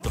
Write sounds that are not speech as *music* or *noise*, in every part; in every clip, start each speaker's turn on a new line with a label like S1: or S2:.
S1: The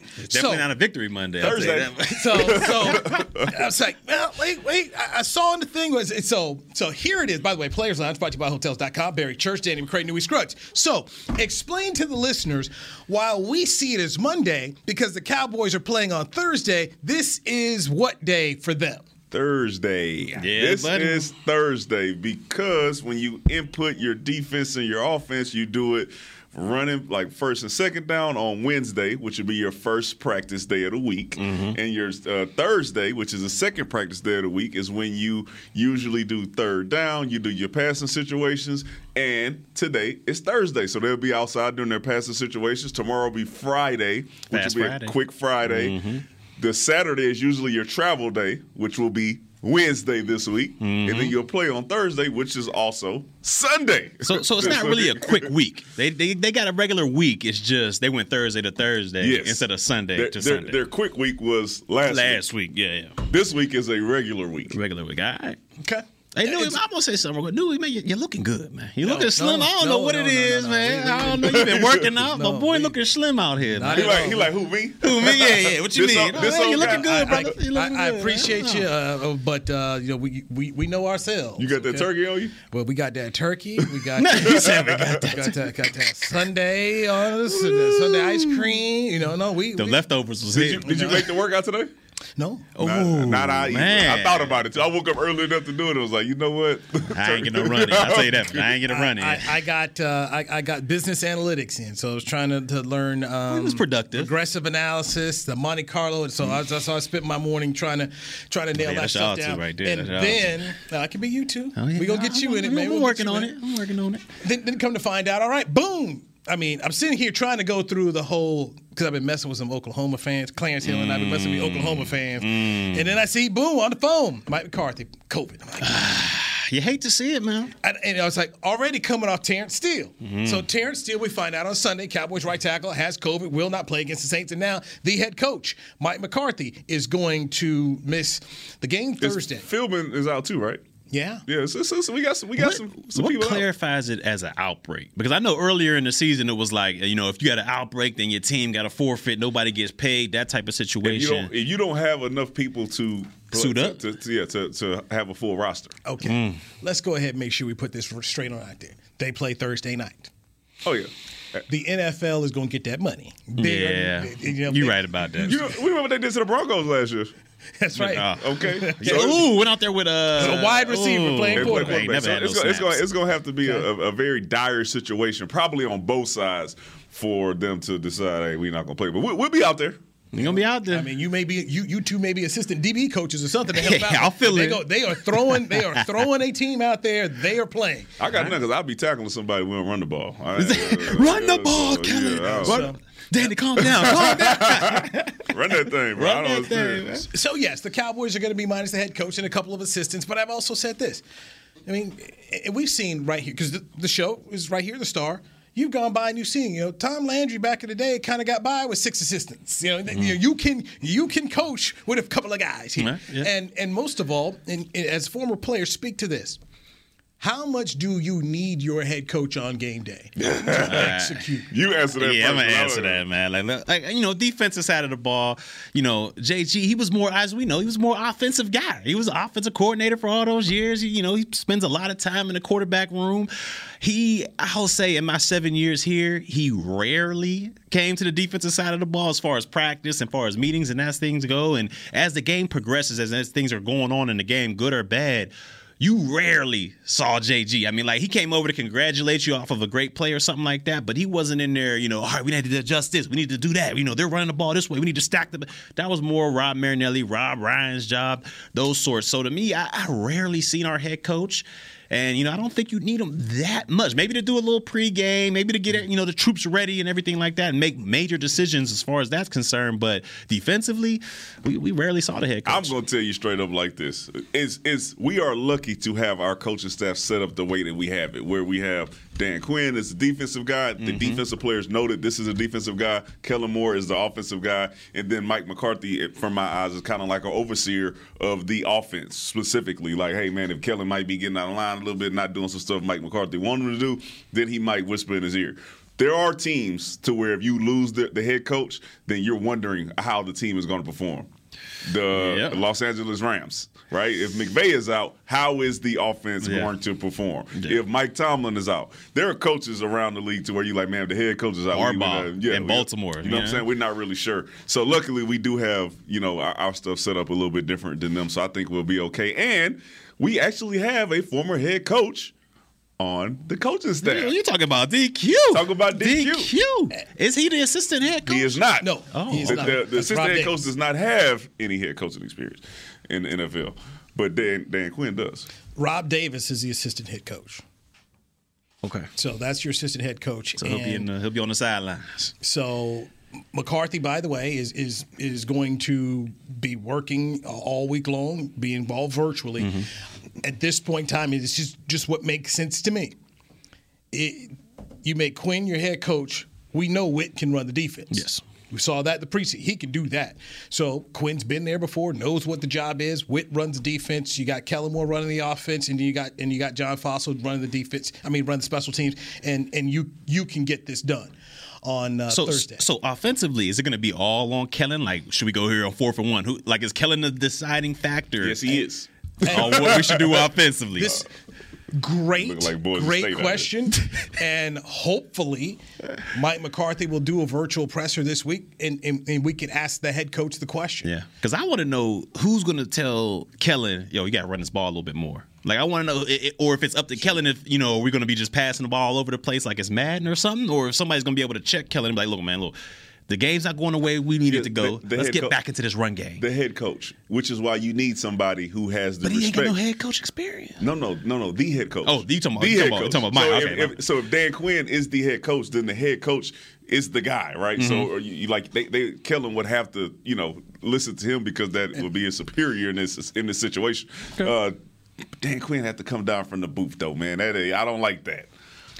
S2: Definitely
S3: so,
S2: not a victory Monday. I'll tell you that much.
S3: so, so I was like, well, wait, wait. I, I saw in the thing was so so here it is. By the way, Players Lounge brought to you by Hotels.com, Barry Church, Danny McCray, Newey Scruggs. So explain to the listeners why we see it as Monday because the Cowboys are playing on Thursday. This is what day for them?
S4: Thursday. this
S2: buddy.
S4: is Thursday because when you input your defense and your offense, you do it running like first and second down on Wednesday, which would be your first practice day of the week,
S2: Mm-hmm.
S4: and your uh, Thursday, which is the second practice day of the week, is when you usually do third down. You do your passing situations. And today is Thursday, so they'll be outside doing their passing situations. Tomorrow will be Friday, which
S2: Fast
S4: will be
S2: Friday.
S4: a quick Friday.
S2: Mm-hmm.
S4: The Saturday is usually your travel day, which will be Wednesday this week, and
S2: Mm-hmm.
S4: then you'll play on Thursday, which is also Sunday.
S2: *laughs* So,
S4: *laughs*
S2: so it's not really a quick week. They, they they got a regular week. It's just they went Thursday to Thursday
S4: Yes.
S2: instead of Sunday
S4: Their,
S2: to
S4: their-
S2: Sunday.
S4: their quick week was last,
S2: Last week, yeah, yeah,
S4: week. This week is a regular week.
S2: regular week. All right.
S3: Okay.
S2: Hey, Newey,
S3: It's-
S2: I'm gonna say something. real quick. Newey, man, you- you're looking good, man. You're
S3: No,
S2: looking slim.
S3: no,
S2: I don't
S3: no,
S2: know what
S3: no,
S2: it
S3: no, no,
S2: is,
S3: no.
S2: man.
S3: We-
S2: I don't know.
S3: *laughs*
S2: You've been working out.
S3: No,
S2: My boy,
S3: we-
S2: looking slim out here, man.
S4: He like he like who me?
S2: Oh. *laughs* Who me? Yeah, yeah. What you
S4: This
S2: mean?
S4: old- this
S2: Oh, you're
S4: old
S2: looking
S4: guy-
S2: good,
S3: I,
S2: brother. You're
S3: I-
S2: looking
S3: I
S2: good.
S3: appreciate you, uh, but uh, you know we, we we know ourselves.
S4: You got that turkey on you?
S3: Well, we got that turkey. We
S2: *laughs*
S3: got that, we got that. Got that, Sunday on us, and the Sunday ice cream. You know, no, we,
S2: The
S3: we-
S2: *laughs* leftovers was
S4: Did
S2: here. Oh,
S4: you did you make the
S2: *laughs*
S4: workout today?
S3: no.
S4: Not, not I either. I
S2: man.
S4: thought about it. Too. I woke up early enough to do it. I was like, you know what?
S2: *laughs*
S4: *laughs*
S2: I ain't getting no running. I'll tell you that. I ain't getting a running.
S3: I, I got uh, I, I got business analytics in, so I was trying to, to learn. Um,
S2: was productive.
S3: Regressive analysis, the Monte Carlo, and so I, that's how I spent my morning trying to trying to nail
S2: Oh, Yeah,
S3: that
S2: that's y'all
S3: stuff
S2: two
S3: down.
S2: right there.
S3: And
S2: That's y'all
S3: then uh, it could be you too.
S2: Oh, yeah.
S3: We gonna get you
S2: I'm-
S3: in it,
S2: I'm-
S3: man.
S2: I'm
S3: We'll get
S2: working
S3: you
S2: on
S3: in
S2: it. I'm working on it.
S3: Then, then come to find out, all right, boom. I mean, I'm sitting here trying to go through the whole because I've been messing with some Oklahoma fans, Clarence Hill, and I've been messing with Oklahoma fans, and then I see boom on the phone, Mike McCarthy, COVID. I'm like,
S2: You hate to see it, man.
S3: and, and I was like, already coming off Terrence Steele. So Terrence Steele, we find out on Sunday, Cowboys right tackle has COVID, will not play against the Saints, and now the head coach Mike McCarthy is going to miss the game Thursday.
S4: Philman is out too, right?
S3: yeah.
S4: Yeah. So, so, so we got some we got
S2: What,
S4: some, some
S2: what
S4: people out.
S2: clarifies it as an outbreak? Because I know earlier in the season it was like, you know, if you got an outbreak, then your team got a forfeit, nobody gets paid, that type of
S4: If you
S2: situation.
S4: don't, if you don't have enough people to
S2: Suit up?
S4: to, to- yeah, to, to have a full roster.
S3: Okay. Let's go ahead and make sure we put this straight on out there. They play Thursday night.
S4: Oh yeah,
S3: the NFL is going to get that money.
S2: yeah,
S3: They- you know,
S2: you're
S3: they-
S2: right about that.
S4: you know, we remember what they did to the Broncos last year.
S3: That's right.
S2: Ah.
S4: *laughs* Okay,
S2: Yeah, ooh, went out there with uh, a,
S3: a wide receiver playing
S4: They play
S3: quarterback.
S2: Ain't never
S4: So
S2: had
S4: it's,
S2: no
S4: gonna, it's, gonna,
S2: snaps.
S4: it's gonna have to be a, a very dire situation, probably on both sides, for them to decide, hey, we're not gonna play. But we, we'll be out there.
S2: You're gonna be out there.
S3: I mean, you may be you you two may be assistant DB coaches or something
S2: *laughs*
S3: to help out.
S2: I'll feel
S3: they
S2: it.
S3: Go, they are throwing they
S2: *laughs*
S3: are throwing a team out there. They are playing.
S4: I got nothing because I'll be tackling somebody. We don't run the ball. I-
S2: *laughs* Run the
S4: Oh, yeah,
S2: ball,
S4: so,
S2: Kelly.
S4: yeah, I don't-
S2: Run- Danny, calm down. Calm down.
S4: Run that thing, bro. I
S2: Run
S4: don't
S2: that thing,
S4: understand.
S2: man.
S3: So yes, the Cowboys are going to be minus the head coach and a couple of assistants. But I've also said this. I mean, and we've seen right here because the, the show is right here, the star. You've gone by and you've seen, you know, Tom Landry back in the day kind of got by with six assistants. You know, th-
S2: Mm-hmm.
S3: you, you can you can coach with a couple of guys here,
S2: Yeah, yeah.
S3: and and most of all, and, and as former players, speak to this. How much do you need your head coach on game
S4: *laughs*
S3: day to execute?
S4: You answer that.
S2: Yeah, I'm
S4: first,
S2: gonna
S4: 'cause I
S2: answer
S4: don't-
S2: that, man. Like, look, like, you know, defensive side of the ball. You know, JG, he was more, as we know, he was more offensive guy. He was an offensive coordinator for all those years. He, you know, he spends a lot of time in the quarterback room. He, I'll say, in my seven years here, he rarely came to the defensive side of the ball as far as practice, and far as meetings, and as things go. And as the game progresses, as, as things are going on in the game, good or bad you rarely saw JG. I mean, like he came over to congratulate you off of a great play or something like that, but he wasn't in there, you know, all right, we need to adjust this, we need to do that. You know, they're running the ball this way, we need to stack the that was more Rob Marinelli, Rob Ryan's job, those sorts. So to me, I, I rarely seen our head coach And you know, I don't think you need them that much. Maybe to do a little pregame, maybe to get you know the troops ready and everything like that, and make major decisions as far as that's concerned. But defensively, we, we rarely saw the head coach.
S4: I'm going to tell you straight up like this: is is we are lucky to have our coaching staff set up the way that we have it, where we have Dan Quinn is the defensive guy. The defensive players know that this is a defensive guy. Kellen Moore is the offensive guy, and then Mike McCarthy, it- from my eyes, is kind of like an overseer of the offense specifically. Like, hey man, if Kellen might be getting out of line a little bit, not doing some stuff Mike McCarthy wanted him to do, then he might whisper in his ear. There are teams to where if you lose the, the head coach, then you're wondering how the team is going to perform the
S2: Yep.
S4: Los Angeles Rams, right? If McVay is out, how is the offense
S2: Yeah.
S4: going to perform?
S2: Yeah.
S4: If Mike Tomlin is out, there are coaches around the league to where you like, man, if the head coach is out. we- we
S2: Harbaugh
S4: not-
S2: in
S4: we-
S2: Baltimore,
S4: You know what I'm
S2: yeah.
S4: saying? We're not really sure. So luckily, we do have you know our, our stuff set up a little bit different than them. So I think we'll be okay. And we actually have a former head coach on the coaching staff.
S2: You- you talking about DQ?
S4: Talk about DQ.
S2: DQ. Is he the assistant head coach?
S4: He is not.
S3: No,
S2: Oh.
S3: he is
S4: the,
S3: not.
S4: the, the
S3: That's Rob
S4: assistant head
S3: Day.
S4: coach does not have any head coaching experience in the NFL, but Dan, Dan Quinn does.
S3: Rob Davis is the assistant head coach.
S2: Okay.
S3: So that's your assistant head coach.
S2: So he'll be in
S3: And
S2: the, he'll be on the sidelines.
S3: so McCarthy, by the way, is is is going to be working uh, all week long, be involved virtually.
S2: Mm-hmm.
S3: At this point in time, it's just just what makes sense to me. It, you make Quinn your head coach. We know Witt can run the defense.
S2: Yes.
S3: We saw that the preseason. He can do that. So Quinn's been there before, knows what the job is. Witt runs the defense. You got Kellen Moore running the offense, and you got and you got John Fossil running the defense. I mean, run the special teams, and and you you can get this done on uh,
S2: So
S3: Thursday.
S2: so offensively, is it going to be all on Kellen? Like, should we go here on four for one? Who like is Kellen the deciding factor?
S4: Yes, he is.
S2: on what we should do offensively.
S3: this great,
S4: Look like Boise State
S3: great
S4: out here.
S3: question, *laughs* and hopefully, Mike McCarthy will do a virtual presser this week, and and, and we can ask the head coach the question.
S2: yeah, because I want to know who's going to tell Kellen, yo, you got to run this ball a little bit more. Like I want to know, i i- or if it's up to Kellen, if you know, we're going to be just passing the ball all over the place like it's Madden or something, or if somebody's going to be able to check Kellen and be like, look, man, look, the game's not going the way we need
S4: Yeah,
S2: it to go.
S4: the- the
S2: Let's
S4: head
S2: get
S4: co-
S2: back into this run game.
S4: The head coach, which is why you need somebody who has the
S2: But he ain't
S4: respect.
S2: got no head coach experience.
S4: no, no, no, no. The head coach.
S2: Oh, you talking about-
S4: the
S2: you
S4: head
S2: talking about-
S4: coach?
S2: talking about mine,
S4: So,
S2: okay,
S4: if,
S2: mine.
S4: if, so if Dan Quinn is the head coach, then the head coach is the guy, right?
S2: Mm-hmm.
S4: So or you, you like they, they Kellen would have to you know listen to him because that would be his superior in this in this situation. Uh, Dan Quinn had to come down from the booth though, man. That ain't- I don't like that.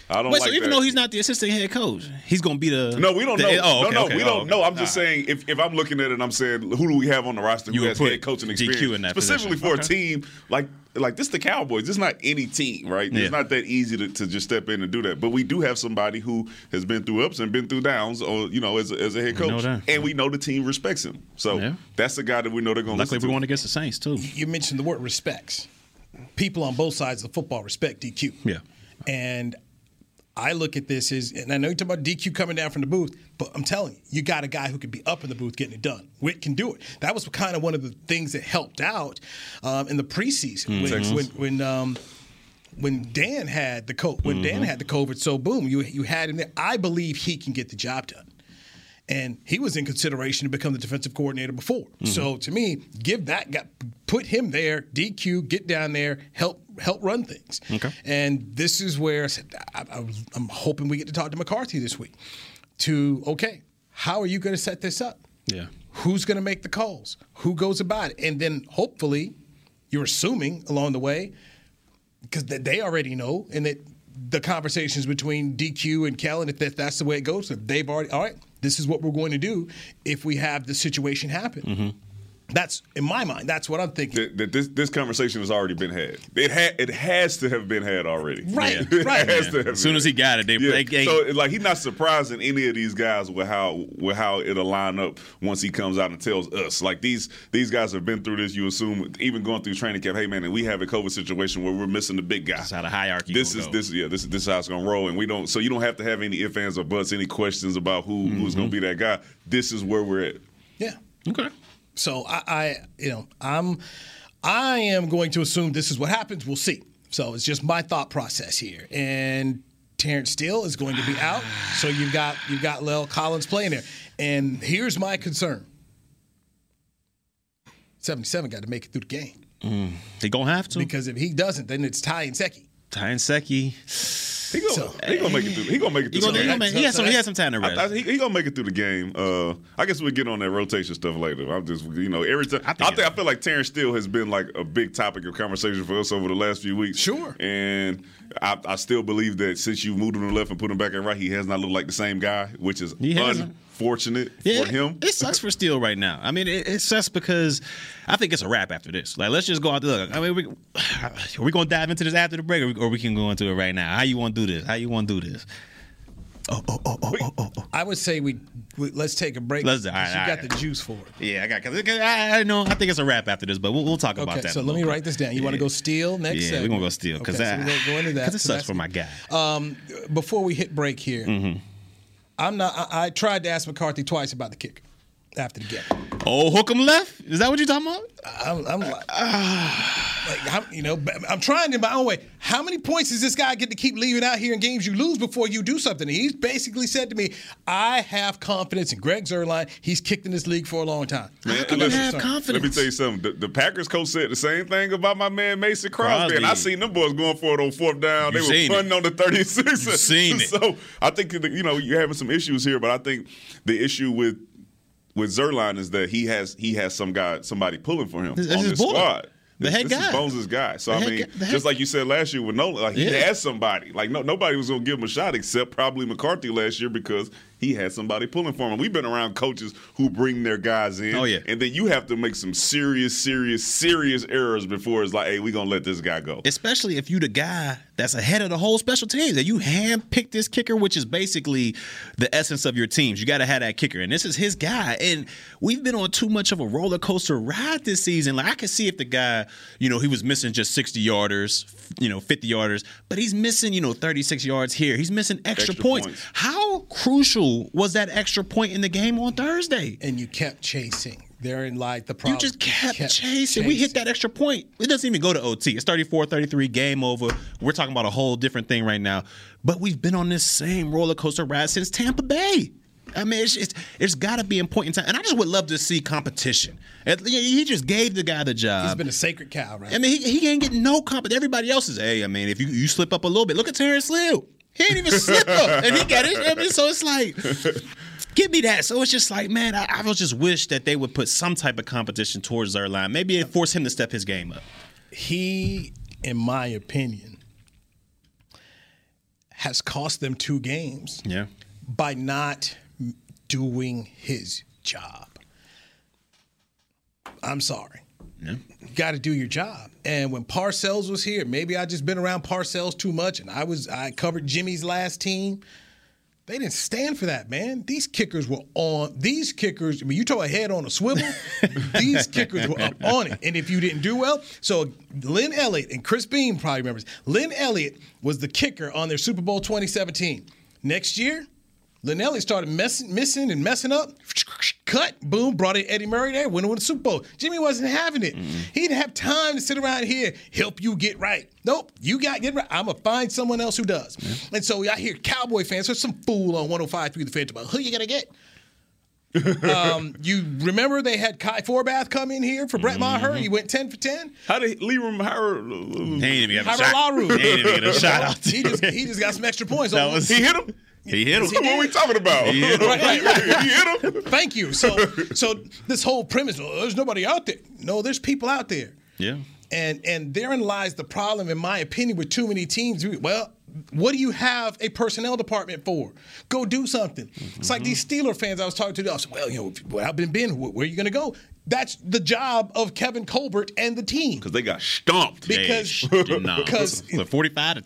S4: I don't
S2: Wait,
S4: like
S2: so even
S4: that.
S2: though he's not the assistant head coach, he's gonna be the
S4: *laughs* No, we don't
S2: the-
S4: know.
S2: Oh, okay,
S4: no, no,
S2: okay,
S4: we
S2: oh,
S4: don't
S2: okay.
S4: know. I'm just saying, if, if I'm looking at it, and I'm saying, who do we have on the roster
S2: You
S4: who
S2: would
S4: has
S2: put
S4: head coaching
S2: DQ
S4: experience?
S2: in that
S4: Specifically
S2: position.
S4: for
S2: Okay.
S4: a team like like this, the Cowboys. It's not any team, right?
S2: Yeah.
S4: It's not that easy to, to just step in and do that. But we do have somebody who has been through ups and been through downs, or you know, as a, as a head
S2: We know
S4: coach,
S2: that.
S4: and we know the team respects him. So
S2: Yeah.
S4: that's the guy that we know they're going to
S2: Luckily,
S4: listen
S2: we
S4: to.
S2: won against the Saints too.
S3: you mentioned the word respects. People on both sides of the football respect DQ.
S2: Yeah.
S3: And I look at this as, and I know you're talking about DQ coming down from the booth, but I'm telling you, you got a guy who could be up in the booth getting it done. Witt can do it. That was kind of one of the things that helped out um, in the preseason when when, when um, when Dan had the co- when
S2: Mm-hmm.
S3: Dan had the COVID. So boom, you you had him there. I believe he can get the job done. And he was in consideration to become the defensive coordinator before.
S2: Mm-hmm.
S3: So to me, give that guy, put him there, DQ, get down there, help help run things.
S2: Okay.
S3: And this is where I said, I, I, was- I'm hoping we get to talk to McCarthy this week. To okay, how are you going to set this up?
S2: Yeah.
S3: Who's going to make the calls? Who goes about it? And then hopefully, you're assuming along the way, because they already know, and that the conversations between DQ and Kellen, if that- that's the way it goes, if they've already, all right, this is what we're going to do if we have the situation happen. That's in my mind. That's what I'm thinking.
S4: That, that this this conversation has already been had. It had it has to have been had already.
S3: Right,
S4: *laughs* It
S3: right.
S4: has to have
S2: As soon
S4: been
S2: as he got it, they,
S4: Yeah.
S2: they, they
S4: so like he's not surprising any of these guys with how with how it'll line up once he comes out and tells us. Like these these guys have been through this. You assume even going through training camp. Hey man, and we have a COVID situation where we're missing the big guy.
S2: is how the hierarchy
S4: This
S2: gonna
S4: is
S2: go.
S4: this yeah this this is how it's gonna roll. And we don't so you don't have to have any ifs ands or buts, any questions about who who's
S2: Mm-hmm.
S4: gonna be that guy. This is where we're at.
S3: Yeah.
S2: okay.
S3: So I, I you know, I'm I am going to assume this is what happens. We'll see. So it's just my thought process here. And Terrence Steele is going to be out. So you've got you've got Lel Collins playing there. And here's my concern. 77 got to make it through the game.
S2: They gonna have to
S3: Because if he doesn't, then it's Ty and Secchi.
S2: Tyron Secchi.
S4: He gonna, he gonna make it through. He gonna make it
S2: He,
S4: through.
S2: gonna,
S4: the
S2: he, gonna
S4: game.
S2: make- he, has some, he has some time to rest.
S4: I, I, he, he gonna make it through the game. Uh, I guess we'll get on that rotation stuff later. I'm just, you know, every time I
S2: think
S4: think, I, feel like Terrence Steele has been like a big topic of conversation for us over the last few weeks.
S3: Sure.
S4: and I, I still believe that since you moved him to left and put him back in right, he has not looked like the same guy, which is
S2: He hasn't.
S4: unfortunate
S2: Yeah,
S4: for him.
S2: It sucks for Steele right now. I mean, it, it sucks because I think it's a wrap after this. Like, let's just go out there. Look, I mean, we, *sighs* are we going to dive into this after the break, or we, or we can go into it right now? How you want to do this? How you want to do this?
S3: I would say we, we let's take a break.
S2: Let's-
S3: 'cause
S2: all right,
S3: you
S2: all
S3: got
S2: right.
S3: the juice for it.
S2: Yeah, I got. Cause, 'cause I, I know. I think it's a wrap after this, but we'll, we'll talk about
S3: Okay,
S2: that.
S3: so
S2: in a
S3: let me
S2: little
S3: write
S2: bit.
S3: this down. You want to
S2: Yeah.
S3: go steal next?
S2: Yeah, we're
S3: segment?
S2: gonna go steal because
S3: Okay, so we're gonna go into
S2: *laughs*
S3: that.
S2: it
S3: So
S2: sucks
S3: that's-
S2: for my guy. Mm-hmm.
S3: Um, before we hit break here, I'm not. I, I tried to ask McCarthy twice about the kick after the game.
S2: oh, hook him left. Is that what you're talking about?
S3: I'm, I'm like,
S2: *sighs*
S3: like how, you know, but I'm trying in my own way. How many points does this guy get to keep leaving out here in games you lose before you do something? And he's basically said to me, "I have confidence in Greg Zerline. He's kicked in this league for a long time."
S4: Man,
S2: can they have confidence?
S4: Let me tell you something. The, the Packers coach said the same thing about my man Mason Crosby, and I
S2: Crosby.
S4: seen them boys going for it on fourth down.
S2: You
S4: they
S2: seen
S4: were punting on the 36.
S2: You seen it.
S4: *laughs* So I think that, you know you're having some issues here, but I think the issue with with Zerline is that he has he has some guy somebody pulling for him
S2: This- this
S4: on
S2: is
S4: this
S2: Boyd.
S4: squad.
S2: The
S4: This-
S2: head
S4: this
S2: guy.
S4: is Bones' guy. So
S2: The
S4: I
S2: head
S4: mean,
S2: guy- the head-
S4: just like you said last year with Nolan, like he
S2: Yeah.
S4: has somebody. Like no, nobody was gonna give him a shot except probably McCarthy last year because he had somebody pulling for him. We've been around coaches who bring their guys in.
S2: Oh, yeah.
S4: and then you have to make some serious, serious, serious errors before it's like, hey, we gonna let this guy go.
S2: especially if you the guy that's ahead of the whole special teams that you handpicked this kicker which is basically the essence of your teams you got to have that kicker and this is his guy and we've been on too much of a roller coaster ride this season like i could see if the guy you know he was missing just 60 yarders you know 50 yarders but he's missing you know 36 yards here he's missing extra,
S4: Extra
S2: points.
S4: points.
S2: how crucial was that extra point in the game on thursday
S3: And you kept chasing. Therein lied the
S2: you
S3: problem.
S2: just kept, chasing. We hit that extra point. It doesn't even go to OT. It's 34 33, game over. We're talking about a whole different thing right now. But we've been on this same roller coaster ride since Tampa Bay. I mean, it's just, it's got to be important time. And I just would love to see competition. And He he just gave the guy the job.
S3: He's been a sacred cow, right?
S2: I mean, he, he ain't getting no comp. Everybody else is, hey, I mean, if you, you slip up a little bit, look at Terrence Liu. He ain't even slip up. And he got it. I mean, so it's like, give me that. So it's just like, man, I, I would just wish that they would put some type of competition towards their line. Maybe it force him to step his game up.
S3: he, in my opinion, has cost them two games
S2: Yeah.
S3: by not m- doing his job. I'm sorry. You got to do your job. And when Parcells was here, maybe I just been around Parcells too much, and I was I covered Jimmy's last team. They didn't stand for that, man. These kickers were on. These kickers, I mean, you throw a head on a swivel. these kickers were up on it. And if you didn't do well, so Lynn Elliott and Chris Beam probably remembers. Lynn Elliott was the kicker on their Super Bowl 2017. Next year, Lynn Elliott started messing, missing and messing up. Cut, boom, brought in Eddie Murray there, went with the Super Bowl. Jimmy wasn't having it. He didn't have time to sit around here, help you get right. Nope, you got get right. I'm going to find someone else who does. And so I hear Cowboy fans, there's some fool on 105 through the fence about who you going to
S2: *laughs*
S3: get. um, you remember they had Kai Forbath come in here for Brett
S2: Mm-hmm.
S3: Maher? He went 10 for 10.
S4: How uh, did Leroy Howard?
S2: He ain't even got a
S3: Tyra
S2: shot.
S3: LaRue.
S2: He ain't even get a shot out.
S3: *laughs* He just, he just got some extra points.
S2: *laughs* That
S3: on-
S2: was-
S4: He
S2: *laughs*
S4: hit him.
S2: He hit
S4: What are
S2: him.
S4: we talking about? He *laughs*
S2: hit him.
S3: Right, right, right.
S2: *laughs*
S4: hit him.
S3: Thank you. So, so this whole premise, oh, there's nobody out there. No, there's people out there,
S2: Yeah.
S3: and and therein lies the problem, in my opinion, with too many teams. Well, what do you have a personnel department for? Go do something. It's like these Steeler fans I was talking to. I was well, you know, well, I've been been. Where are you going to go? That's the job of Kevin Colbert and the team.
S4: Because they got stomped.
S3: Because- because-
S2: because 45 to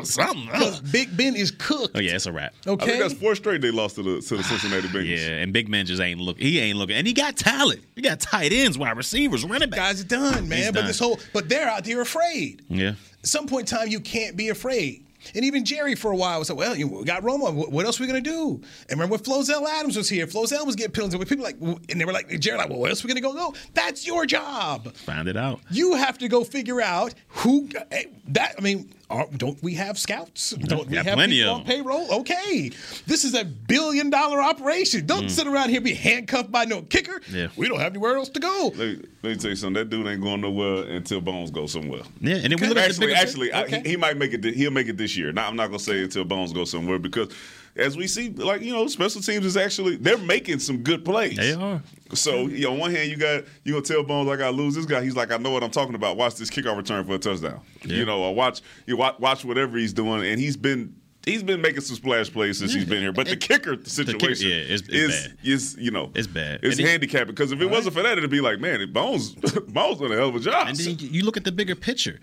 S2: 10? Something.
S3: *laughs* Because
S2: Oh,
S3: Big Ben is cooked.
S2: yeah, it's a wrap.
S4: I
S3: Okay.
S4: think that's four straight they lost to the to the Cincinnati Bengals.
S2: Yeah, and Big Man just ain't look. He ain't looking, and he got talent. He got tight ends, wide receivers, running backs.
S3: Guys are done, man.
S2: He's
S3: but
S2: done.
S3: this whole, but they're out there afraid.
S2: Yeah,
S3: At some point in time, you can't be afraid. And even Jerry for a while was like, well, you we got Romo. Wh- What else we going to do? And remember when Flozell Adams was here? Flozell was getting pilled. And people like, and they were like, Jerry, like, well, what else we going to go? No, that's your job.
S2: Find it out.
S3: You have to go figure out who eh, that. I mean, are, don't we have scouts? Don't we
S2: got
S3: have
S2: plenty
S3: people
S2: of
S3: on payroll? Okay, this is a billion dollar operation. Don't sit around here and be handcuffed by no kicker.
S2: Hmm. Yeah.
S3: We don't have anywhere else to go.
S4: Let me, let me tell you something. That dude ain't going nowhere until Bones goes somewhere.
S2: Yeah, and then we look at the
S4: Actually,
S2: bigger
S4: actually, I,
S3: Okay.
S4: he, he might make it. thi- He'll make it this year. Now, I'm not gonna say until Bones goes somewhere because, as we see, like you know, special teams is actually they're making some good plays.
S2: They are.
S4: So you know, on one hand, you got you gonna tell Bones I gotta lose this guy. He's like, I know what I'm talking about. Watch this kickoff return for a touchdown. You know, or watch you watch, watch whatever he's doing, and he's been. He's been making some splash plays since he's been here, but the kicker situation
S2: yeah, it's- it's
S4: is
S2: bad.
S4: is you know
S2: It's bad.
S4: It's
S2: And he-
S4: handicapped because if it wasn't for that, it'd be like man, Bones *laughs* Bones done a hell of a job.
S2: And then you you look at the bigger picture.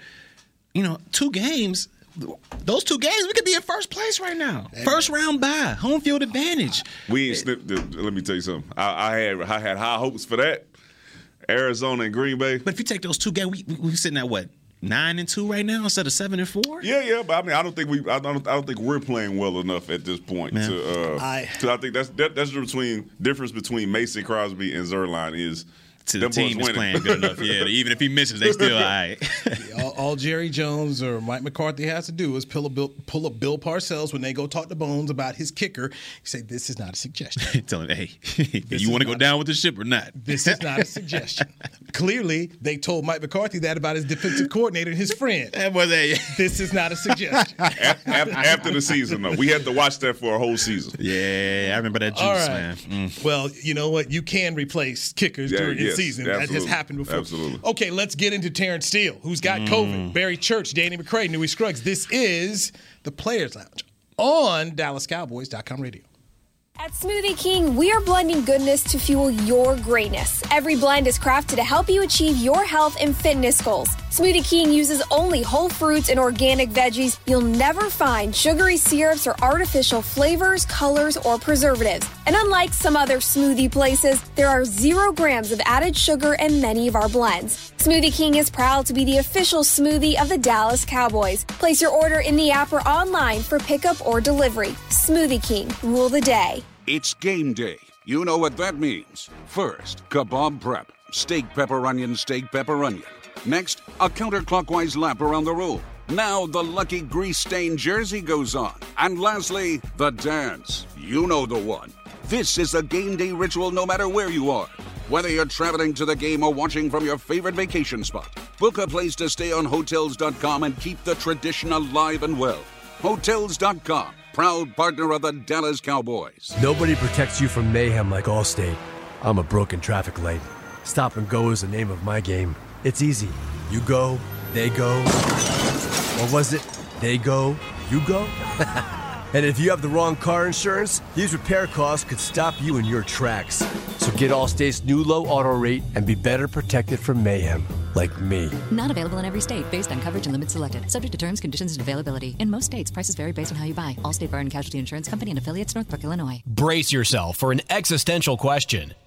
S2: You know, two games. Those two games, we could be in first place right now. First round bye, home field advantage.
S4: We ain't snipped. The, let me tell you something. I, I had I had high hopes for that. Arizona and Green Bay.
S2: But if you take those two games, we we, we sitting at what nine and two right now instead of seven and four.
S4: Yeah, yeah, but I mean, I don't think we, I don't, I don't think we're playing well enough at this point
S2: Man.
S4: to. Uh,
S3: I-
S4: to- I think that's that, that's the between difference between Mason Crosby and Zerline is
S2: To the
S4: them boys
S2: team is
S4: winning.
S2: playing good enough. Yeah, even if he misses, they still all right. *laughs*
S3: all, all Jerry Jones or Mike McCarthy has to do is pull up Bill, pull up Bill Parcells when they go talk to Bones about his kicker. Say this is not a suggestion.
S2: Tell him, hey, *laughs* you want to go down with the ship or not?
S3: This is not a
S4: *laughs*
S3: suggestion. Clearly, they told Mike McCarthy that about his defensive coordinator and his friend.
S2: That was a
S3: This is not a
S4: *laughs*
S3: suggestion.
S4: *laughs* Af- af- after the season, though, we had to watch that for a whole season.
S2: yeah. I remember that juice,
S3: All
S2: man.
S3: right.
S2: Mm.
S3: Well, you know what? You can replace kickers
S4: Yeah,
S3: during the
S4: yes,
S3: season. That has
S4: absolutely,
S3: happened before.
S4: absolutely. Mm.
S3: Okay, let's get into Terrence Steele, who's got COVID. Barry Church, Danny McCray, Newey Scruggs. This is the Players Lounge on DallasCowboys.com radio.
S5: At Smoothie King, we are blending goodness to fuel your greatness. Every blend is crafted to help you achieve your health and fitness goals. Smoothie King uses only whole fruits and organic veggies. You'll never find sugary syrups or artificial flavors, colors, or preservatives. And unlike some other smoothie places, there are zero grams of added sugar in many of our blends. Smoothie King is proud to be the official smoothie of the Dallas Cowboys. Place your order in the app or online for pickup or delivery. Smoothie King, rule the day.
S6: It's game day. You know what that means. First, kebab prep. Steak, pepper, onion, steak, pepper, onion. Next, a counterclockwise lap around the room. Now, the lucky grease stained jersey goes on. And lastly, the dance. You know the one. This is a game day ritual no matter where you are. Whether you're traveling to the game or watching from your favorite vacation spot, book a place to stay on Hotels.com and keep the tradition alive and well. Hotels.com, proud partner of the Dallas Cowboys.
S7: Nobody protects you from mayhem like Allstate. I'm a broken traffic light. Stop and go is the name of my game. It's easy. You go, they go. Or was it they go, you go? and if you have the wrong car insurance, these repair costs could stop you in your tracks. So get Allstate's new low auto rate and be better protected from mayhem like me.
S8: Not available in every state based on coverage and limits selected. Subject to terms, conditions, and availability. In most states, prices vary based on how you buy. Allstate Fire and Casualty Insurance Company and affiliates, Northbrook, Illinois.
S9: Brace yourself for an existential question.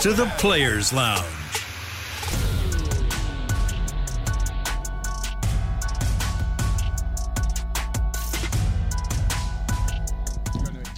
S10: to the Players Lounge.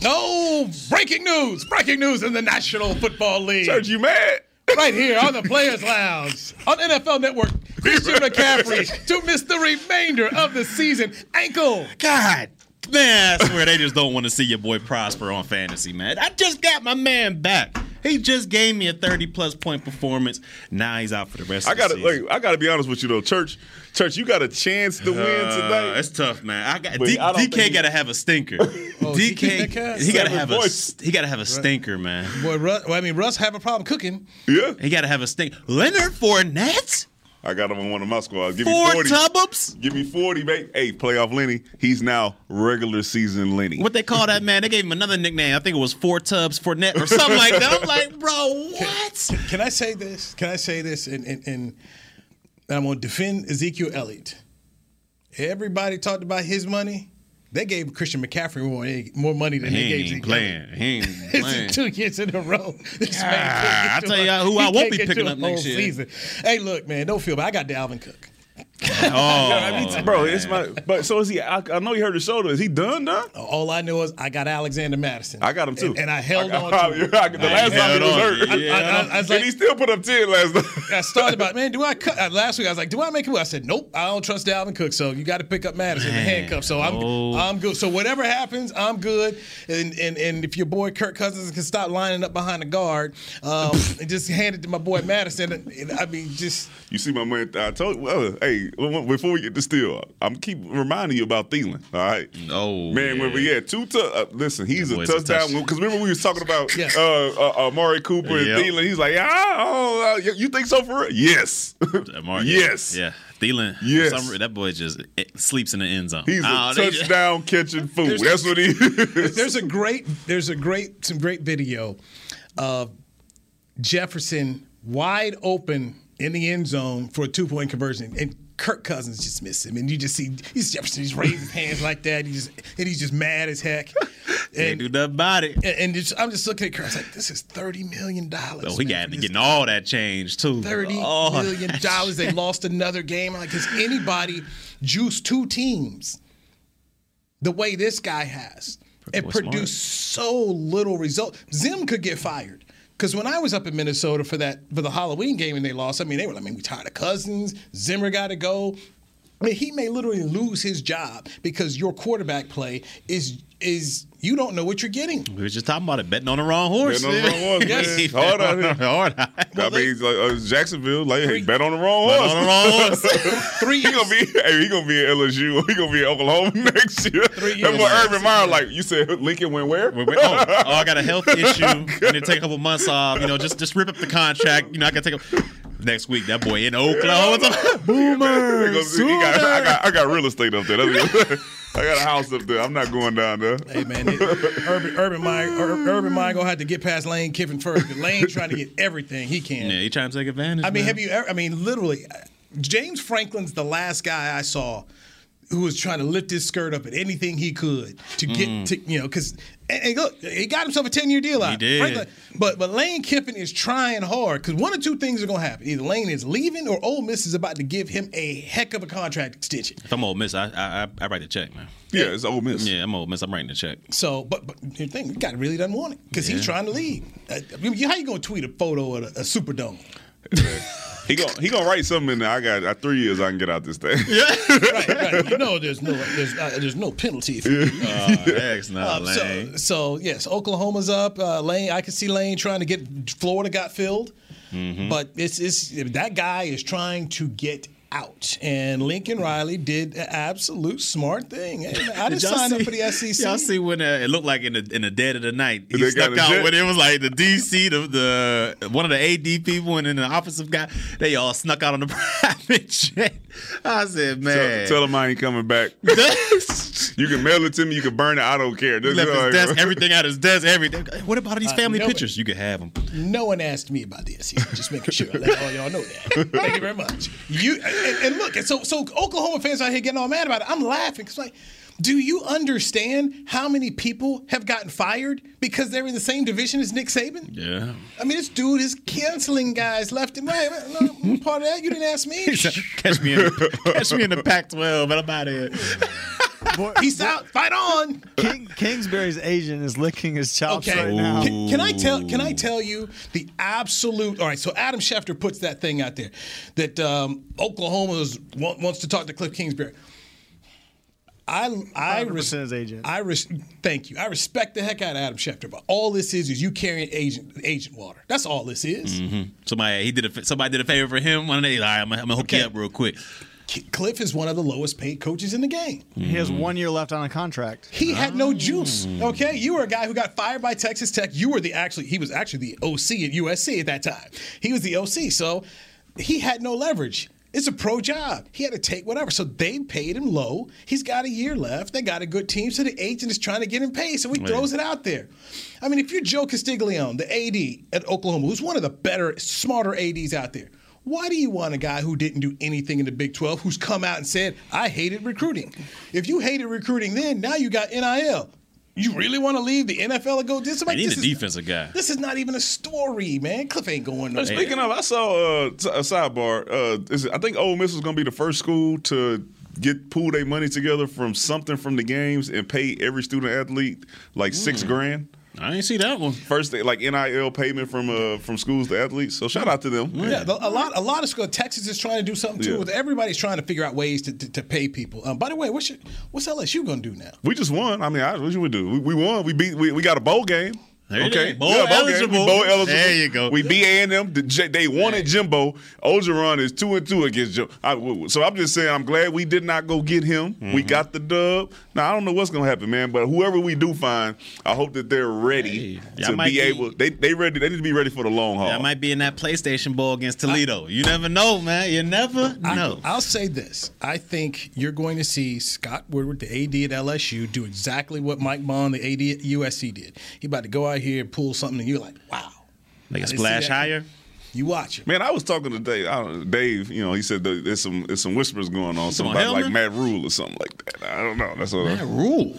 S3: No breaking news! Breaking news in the National Football League.
S4: Church, you mad?
S3: Right here on the Players Lounge on NFL Network. Christian McCaffrey to miss the remainder of the season. Ankle.
S2: God. Man, I swear they just don't want to see your boy prosper on fantasy, man. I just got my man back. He just gave me a 30 plus point performance. Now he's out for the rest
S4: I
S2: of
S4: gotta,
S2: the season.
S4: like, I gotta be honest with you though, Church. Church, you got a chance to win
S2: Uh,
S4: tonight.
S2: it's tough, man. I got
S4: Wait,
S2: D-
S4: I don't think
S2: DK
S4: he- Oh,
S2: got to have a
S4: *laughs*
S2: stinker.
S3: he keep that
S2: DK
S3: cat?
S2: he got to
S4: Seven
S2: have a
S4: points.
S2: st- he got to have a stinker, man.
S3: Boy, Russ, well, I mean, Russ have a problem cooking.
S4: yeah.
S2: He got to have a stink. Leonard Fournette?
S4: I got him on one of my squads. Give
S2: Four
S4: me 40.
S2: tub-ups?
S4: Give me 40, babe. Hey, playoff Lenny. He's now regular season Lenny.
S2: What they call that man? They gave him another nickname. I think it was Four Tubs Fournette or something like that. I'm like, bro, what?
S3: Can, can I say this? Can I say this? And and, and and I'm gonna defend Ezekiel Elliott. Everybody talked about his money. They gave Christian McCaffrey more more money than they
S2: He
S3: gave
S2: ain't
S3: Zeke.
S2: playing. He
S4: *laughs*
S2: ain't playing.
S3: Elliott. Two years in a row. *laughs* This man can't
S2: Ah, I
S3: get
S2: tell
S3: to
S2: y'all
S3: a-
S2: who
S3: he
S2: I won't
S3: can't
S2: be
S3: get to
S2: picking
S3: a
S2: up next
S3: whole
S2: year.
S3: season. Hey, look, man, don't feel bad. I got Dalvin Cook.
S2: Oh,
S4: Bro, it's my. But so is he. I, I know he hurt his shoulder. Is he done, done?
S3: All I know is I got Alexander Madison.
S4: I got him too.
S3: And, and I held
S4: I
S3: on
S4: got- *laughs*
S3: to it.
S4: I got- the last time
S2: held
S4: he was
S2: on.
S4: hurt.
S2: Yeah.
S3: I- I was
S4: and
S3: like-
S4: he still put up 10 last night.
S3: I started about, man, do I cut? uh, Last week I was like, do I make a move? I said, nope, I don't trust Dalvin Cook, so you got to pick up Madison in the handcuffs. So I'm,
S2: Oh.
S3: I'm good. So whatever happens, I'm good. And and and if your boy Kirk Cousins can stop lining up behind the guard, um,
S2: *laughs*
S3: and just hand it to my boy Madison. and- and I mean, just
S4: *laughs* You see, my man, I told well, hey, before we get to Steele, I'm keep reminding you about Thielen. All right,
S2: No,
S4: man, when we had two, tu- uh, listen, he's
S2: That
S4: a
S2: boy's a
S4: touchdown
S2: touchdown.
S4: because remember we was talking about
S3: Yeah.
S4: uh, uh, Amari Cooper and
S2: Yep.
S4: Thielen. He's like, ah, oh, uh, you- you think so for real? Yes, *laughs*
S2: Amari-
S4: yes,
S2: Yeah. Thielen. for
S4: Yes.
S2: some re- that boy just it, sleeps in the end zone.
S4: He's
S2: Oh,
S4: a
S2: they-
S4: touchdown catching fool.
S3: There's-
S4: That's what
S3: *laughs*
S4: he. is.
S3: there's a great there's a great some great video of Jefferson wide open in the end zone for a two point conversion and Kirk Cousins just missed him and you just see he's Jefferson he's raising his hands like that he's and he's just mad as heck
S2: Can't
S3: and
S2: do nothing about it.
S3: and, and just, I'm just looking at Kirk I was like this is thirty million dollars
S2: Oh, he got to getting all that change too.
S3: Thirty million
S2: Oh, *laughs*
S3: dollars. They lost another game. Like, has anybody juiced two teams the way this guy has and
S2: boy
S3: produced so little result? Zim could get fired. Because when I was up in Minnesota for that for the Halloween game and they lost, I mean they were like, I mean, we tired of Cousins. Zimmer got to go. I mean, he may literally lose his job because your quarterback play is is you don't know what you're getting.
S2: We were just talking about it, betting on the wrong horse.
S4: Betting on the wrong
S2: *laughs*
S4: horse, man.
S2: Yes.
S4: Hard out here.
S2: Hard out.
S4: I mean, he's like, uh, Jacksonville, like, hey, bet on the wrong
S2: Betting
S4: horse.
S2: on the wrong
S4: *laughs*
S2: horse.
S3: Three
S4: *laughs* He
S3: years.
S4: gonna be hey, he gonna be at LSU. *laughs* He gonna be at Oklahoma next year.
S3: Three
S4: That
S3: years.
S4: boy Urban Meyer, like you said, Lincoln went where?
S2: We went,
S4: *laughs*
S2: oh, oh, I got a health issue. and it take a couple months off. You know, just just rip up the contract. You know, I got to take a. Next week, that boy in Oklahoma. *laughs*
S4: They
S2: Boomer.
S4: gonna see- he got- I, got, I got real estate up there. That's it. *laughs* I got a house up there. I'm not going down there.
S3: Hey man, it, Urban Urban Meyer Ur- Urban Meyer gonna have to get past Lane Kiffin first. 'cause Lane's trying to get everything he can.
S2: Yeah, he trying to take advantage.
S3: I mean,
S2: man.
S3: have you ever? I mean, literally, uh, James Franklin's the last guy I saw who was trying to lift his skirt up at anything he could to get to you know because and, and look he got himself a 10-year deal out
S2: Mm. He did.
S3: but but lane kiffin is trying hard because one of two things are going to happen either lane is leaving or Ole miss is about to give him a heck of a contract extension
S2: If I'm old Miss, I I, I, I write the check, man.
S4: Yeah, it's Ole Miss.
S2: Yeah, I'm old Miss. I'm writing
S3: *laughs*
S2: the check.
S3: So, but, but the thing, the guy really doesn't want it because he's
S2: Yeah.
S3: trying to leave. Uh, I mean, you- how you gonna tweet a photo of a, a Superdome?
S4: He gonna he gonna write something in there. I got uh, three years. I can get out this
S2: *laughs*
S4: thing. Yeah.
S3: right, right. You know, there's no, there's, uh, there's no penalty. If you
S2: Oh, that's not
S3: um, so,
S2: lame.
S3: so yes, Oklahoma's up. Uh, Lane, I can see Lane trying to get Florida got filled, but it's it's that guy is trying to get. Out and Lincoln Riley did an absolute smart thing. Hey, man, I
S2: Did
S3: just
S2: y'all
S3: signed
S2: see-
S3: up for the E SEC.
S2: Y'all see when uh, it looked like in the in the dead of the night he
S4: They got
S2: snuck
S4: a
S2: out
S4: jet?
S2: when it was like the DC, the, the one of the AD people and then the offensive guy. They all snuck out on the *laughs* private jet. I said, man,
S4: Tell him I ain't coming back. *laughs* you can mail it to me. You can burn it. I don't care. This
S2: left
S4: is all
S2: his
S4: right.
S2: desk, everything out his desk, everything. What about these family
S3: no, but-
S2: pictures? Uh, You could have them.
S3: No one asked me about the SEC. Just making sure I let all y'all know that. Thank you very much. You and, and look, and so so Oklahoma fans out here getting all mad about it. I'm laughing because like, do you understand how many people have gotten fired because they're in the same division as Nick Saban?
S2: Yeah.
S3: I mean, this dude is canceling guys left and right. No, I'm part of that. You didn't ask me.
S2: catch me in
S4: *laughs*
S2: the, catch me in the Pac-12, and I'm out of here.
S3: Peace out. Fight on.
S11: King, Kingsbury's agent is licking his chops
S3: Okay.
S11: right now.
S3: Can, can I tell? Can I tell you the absolute? All right. So Adam Schefter puts that thing out there that um, Oklahoma is- wa- wants to talk to Cliff Kingsbury. I I res-
S11: 100% his agent.
S3: I res- thank you. I respect the heck out of Adam Schefter, but all this is is you carrying agent agent water. That's all this is.
S11: Mm-hmm.
S2: Mm-hmm. Somebody he did a somebody did a favor for him one day. All right, I'm gonna I'm gonna hook
S3: Okay.
S2: you up real quick.
S3: K- Cliff is one of the lowest paid coaches in the game.
S11: He has one year left on a contract.
S3: He had no juice. Okay, you were a guy who got fired by Texas Tech. You were the actually he was actually the OC at USC at that time. He was the OC, so he had no leverage. It's a pro job. He had to take whatever. So they paid him low. He's got a year left. They got a good team. So the agent is trying to get him paid. So he
S12: Yeah.
S3: throws it out there. I mean, if you're Joe Castiglione, the AD at Oklahoma, who's one of the better, smarter ADs out there, why do you want a guy who didn't do anything in the Big 12 who's come out and said, I hated recruiting? If you hated recruiting then, now you got NIL. You really want to leave the NFL and go do
S2: They
S3: something?
S2: need
S3: this
S2: a
S3: is-
S2: defensive guy.
S3: this is not even a story, man. Cliff ain't going
S4: But
S3: nowhere.
S4: Speaking of, I saw uh, t- a sidebar. Uh, is it- I think Ole Miss is going to be the first school to get pool their money together from something from the games and pay every student athlete like six grand.
S2: I ain't see that one.
S4: First, thing, like NIL payment from uh, from schools to athletes. So shout out to them.
S3: Yeah, the- a lot. A lot of school. Texas is trying to do something too.
S4: Yeah.
S3: With everybody's trying to figure out ways to, to, to pay people. Um, by the way, what's your, what's LSU going to do now?
S4: We just won. I mean, I, what you would do? We, we won. We beat. We, we got a bowl game.
S2: There it
S4: okay,
S2: is. Bowl
S4: Yeah, game.
S2: eligible.
S4: We bowl eligible.
S2: There you go.
S4: We beat A and M. They wanted Jimbo. Ogeron is two and two against Jimbo. I- w- w- so I'm just saying, I'm glad we did not go get him. We
S2: Mm-hmm.
S4: got the dub. Now I don't know what's gonna happen, man. But whoever we do find, I hope that they're ready
S2: Y'all
S4: to
S2: might
S4: be,
S2: be-
S4: able. They they ready. They need to be ready for the long haul.
S2: That might be in that PlayStation Bowl against Toledo. you never know, man. You never know.
S3: I'll say this. I think you're going to see Scott Woodward, the AD at LSU, do exactly what Mike Bond, the AD at USC, did. He about to go out here and pull something, and you're like, wow. I
S2: Like a
S3: didn't see that
S2: splash
S3: coming.
S2: higher.
S3: You watch it.
S4: Man, I was talking to Dave. I don't, Dave, you know, he said there- there's some there's some whispers going on,
S2: Come on,
S4: something about like
S2: Hellman?
S4: Matt Rule or something like that. I don't know. That's what I,
S3: Matt
S4: *laughs*
S3: Rule.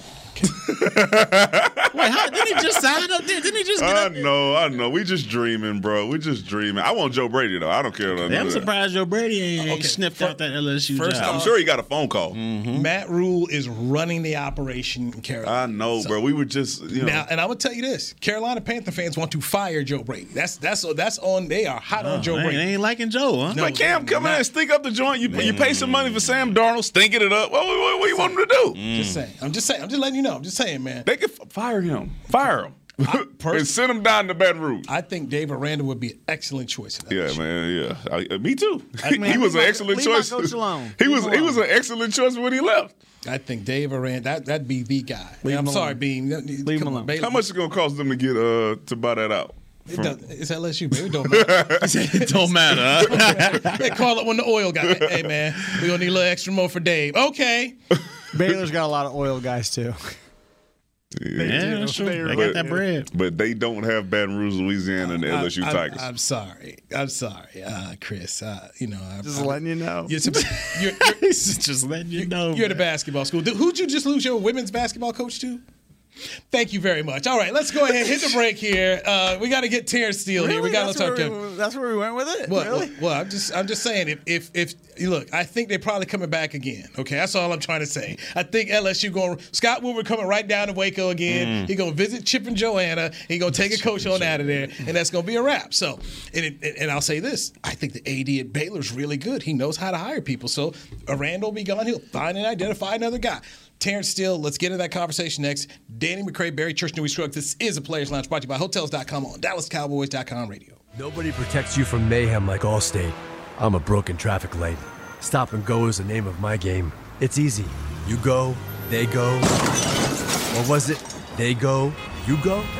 S2: Wait, how, didn't he just sign up there? Didn't he just get
S4: I
S2: up there?
S4: know, I know. We just dreaming, bro. We just dreaming. I want Joe Brady though. I don't care. About
S2: Yeah, I'm
S4: none of that.
S2: surprised Joe Brady ain't sniffed out that LSU
S3: first
S2: job.
S4: I'm sure he got a phone call.
S3: Mm. Matt Rule is running the operation in Carolina.
S4: Mm-hmm. I know, bro. We were just, you know.
S3: Now, uh, and I'm gonna tell you this: Carolina Panther fans want to fire Joe Brady. That's that's that's on. They are hot
S4: Oh,
S3: on Joe
S2: they
S3: Brady.
S2: ain't- they ain't liking Joe, huh?
S4: but Cam, come in and stink up the joint. You, you pay some money for Sam Darnold, stinking it up. What, what, what, you want him to do?
S3: Just saying. I'm just saying. I'm just letting you know. I'm just saying, man.
S4: They could f- fire him. Fire him. *laughs* and send him down to Baton Rouge.
S3: I think Dave Aranda would be an excellent choice. For that.
S4: Yeah, man. Yeah, I, uh, me too.
S3: I mean,
S4: *laughs* he
S3: leave
S4: was an
S3: my-
S4: excellent
S3: leave my
S4: choice.
S3: coach alone.
S4: *laughs* He
S3: Leave
S4: was
S3: him
S4: he was an
S3: alone.
S4: excellent choice when he left.
S3: I think Dave Aranda. That that'd be the guy. Man, I'm sorry, Beam. Leave him alone.
S4: How much is it gonna cost them to get uh to buy that out?
S3: It does, it's LSU, baby. It don't matter.
S2: it don't *laughs* matter.
S3: they call it when the oil guy. Hey, man, we gonna need a little extra more for Dave. Okay.
S11: Baylor's got a lot of oil guys too.
S2: Yeah, that's true. They got that bread.
S4: But they don't have Baton Rouge, Louisiana, and the
S3: I-
S4: LSU
S3: I'm,
S4: Tigers.
S3: I'm sorry. I'm sorry, uh, Chris. Uh, you know, I'm,
S11: Just
S3: I'm-
S11: letting you know.
S3: You're, sup- *laughs* you're, you're,
S2: just letting you know.
S3: You're the basketball school. Dude, Who'd you just lose your women's basketball coach to? Thank you very much. All right, let's go ahead hit the break here. Uh, we got to get Terrence Steele here. We
S11: Really?
S3: got to
S11: That's
S3: talk to
S11: where
S3: him.
S11: we- That's where we went with it.
S3: What?
S11: Really?
S3: Well, well, I'm just I'm just saying if if if you look, I think they're probably coming back again. Okay, that's all I'm trying to say. I think LSU going Scott Woodward coming right down to Waco again.
S12: Mm.
S3: He gonna visit Chip and Joanna. He gonna take a coach on out of there, and that's gonna be a wrap. So, and it, and- and I'll say this: I think the AD at Baylor's really good. He knows how to hire people. So, Randall will be gone. He'll find and identify another guy. Terrence Steele, let's get into that conversation next. Danny McCray, Barry Church, Newey Scruggs. This is a Players Lounge brought to you by Hotels.com on DallasCowboys.com radio.
S7: Nobody protects you from mayhem like Allstate. I'm a broken traffic light. Stop and go is the name of my game. It's easy. You go, they go. Or was it they go, you go? *laughs*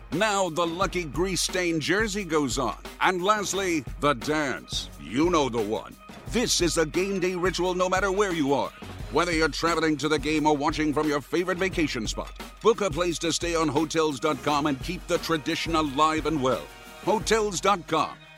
S6: Now the lucky grease stained jersey goes on. And lastly, the dance. You know the one. This is a game day ritual no matter where you are. Whether you're traveling to the game or watching from your favorite vacation spot, book a place to stay on Hotels.com and keep the tradition alive and well. Hotels.com,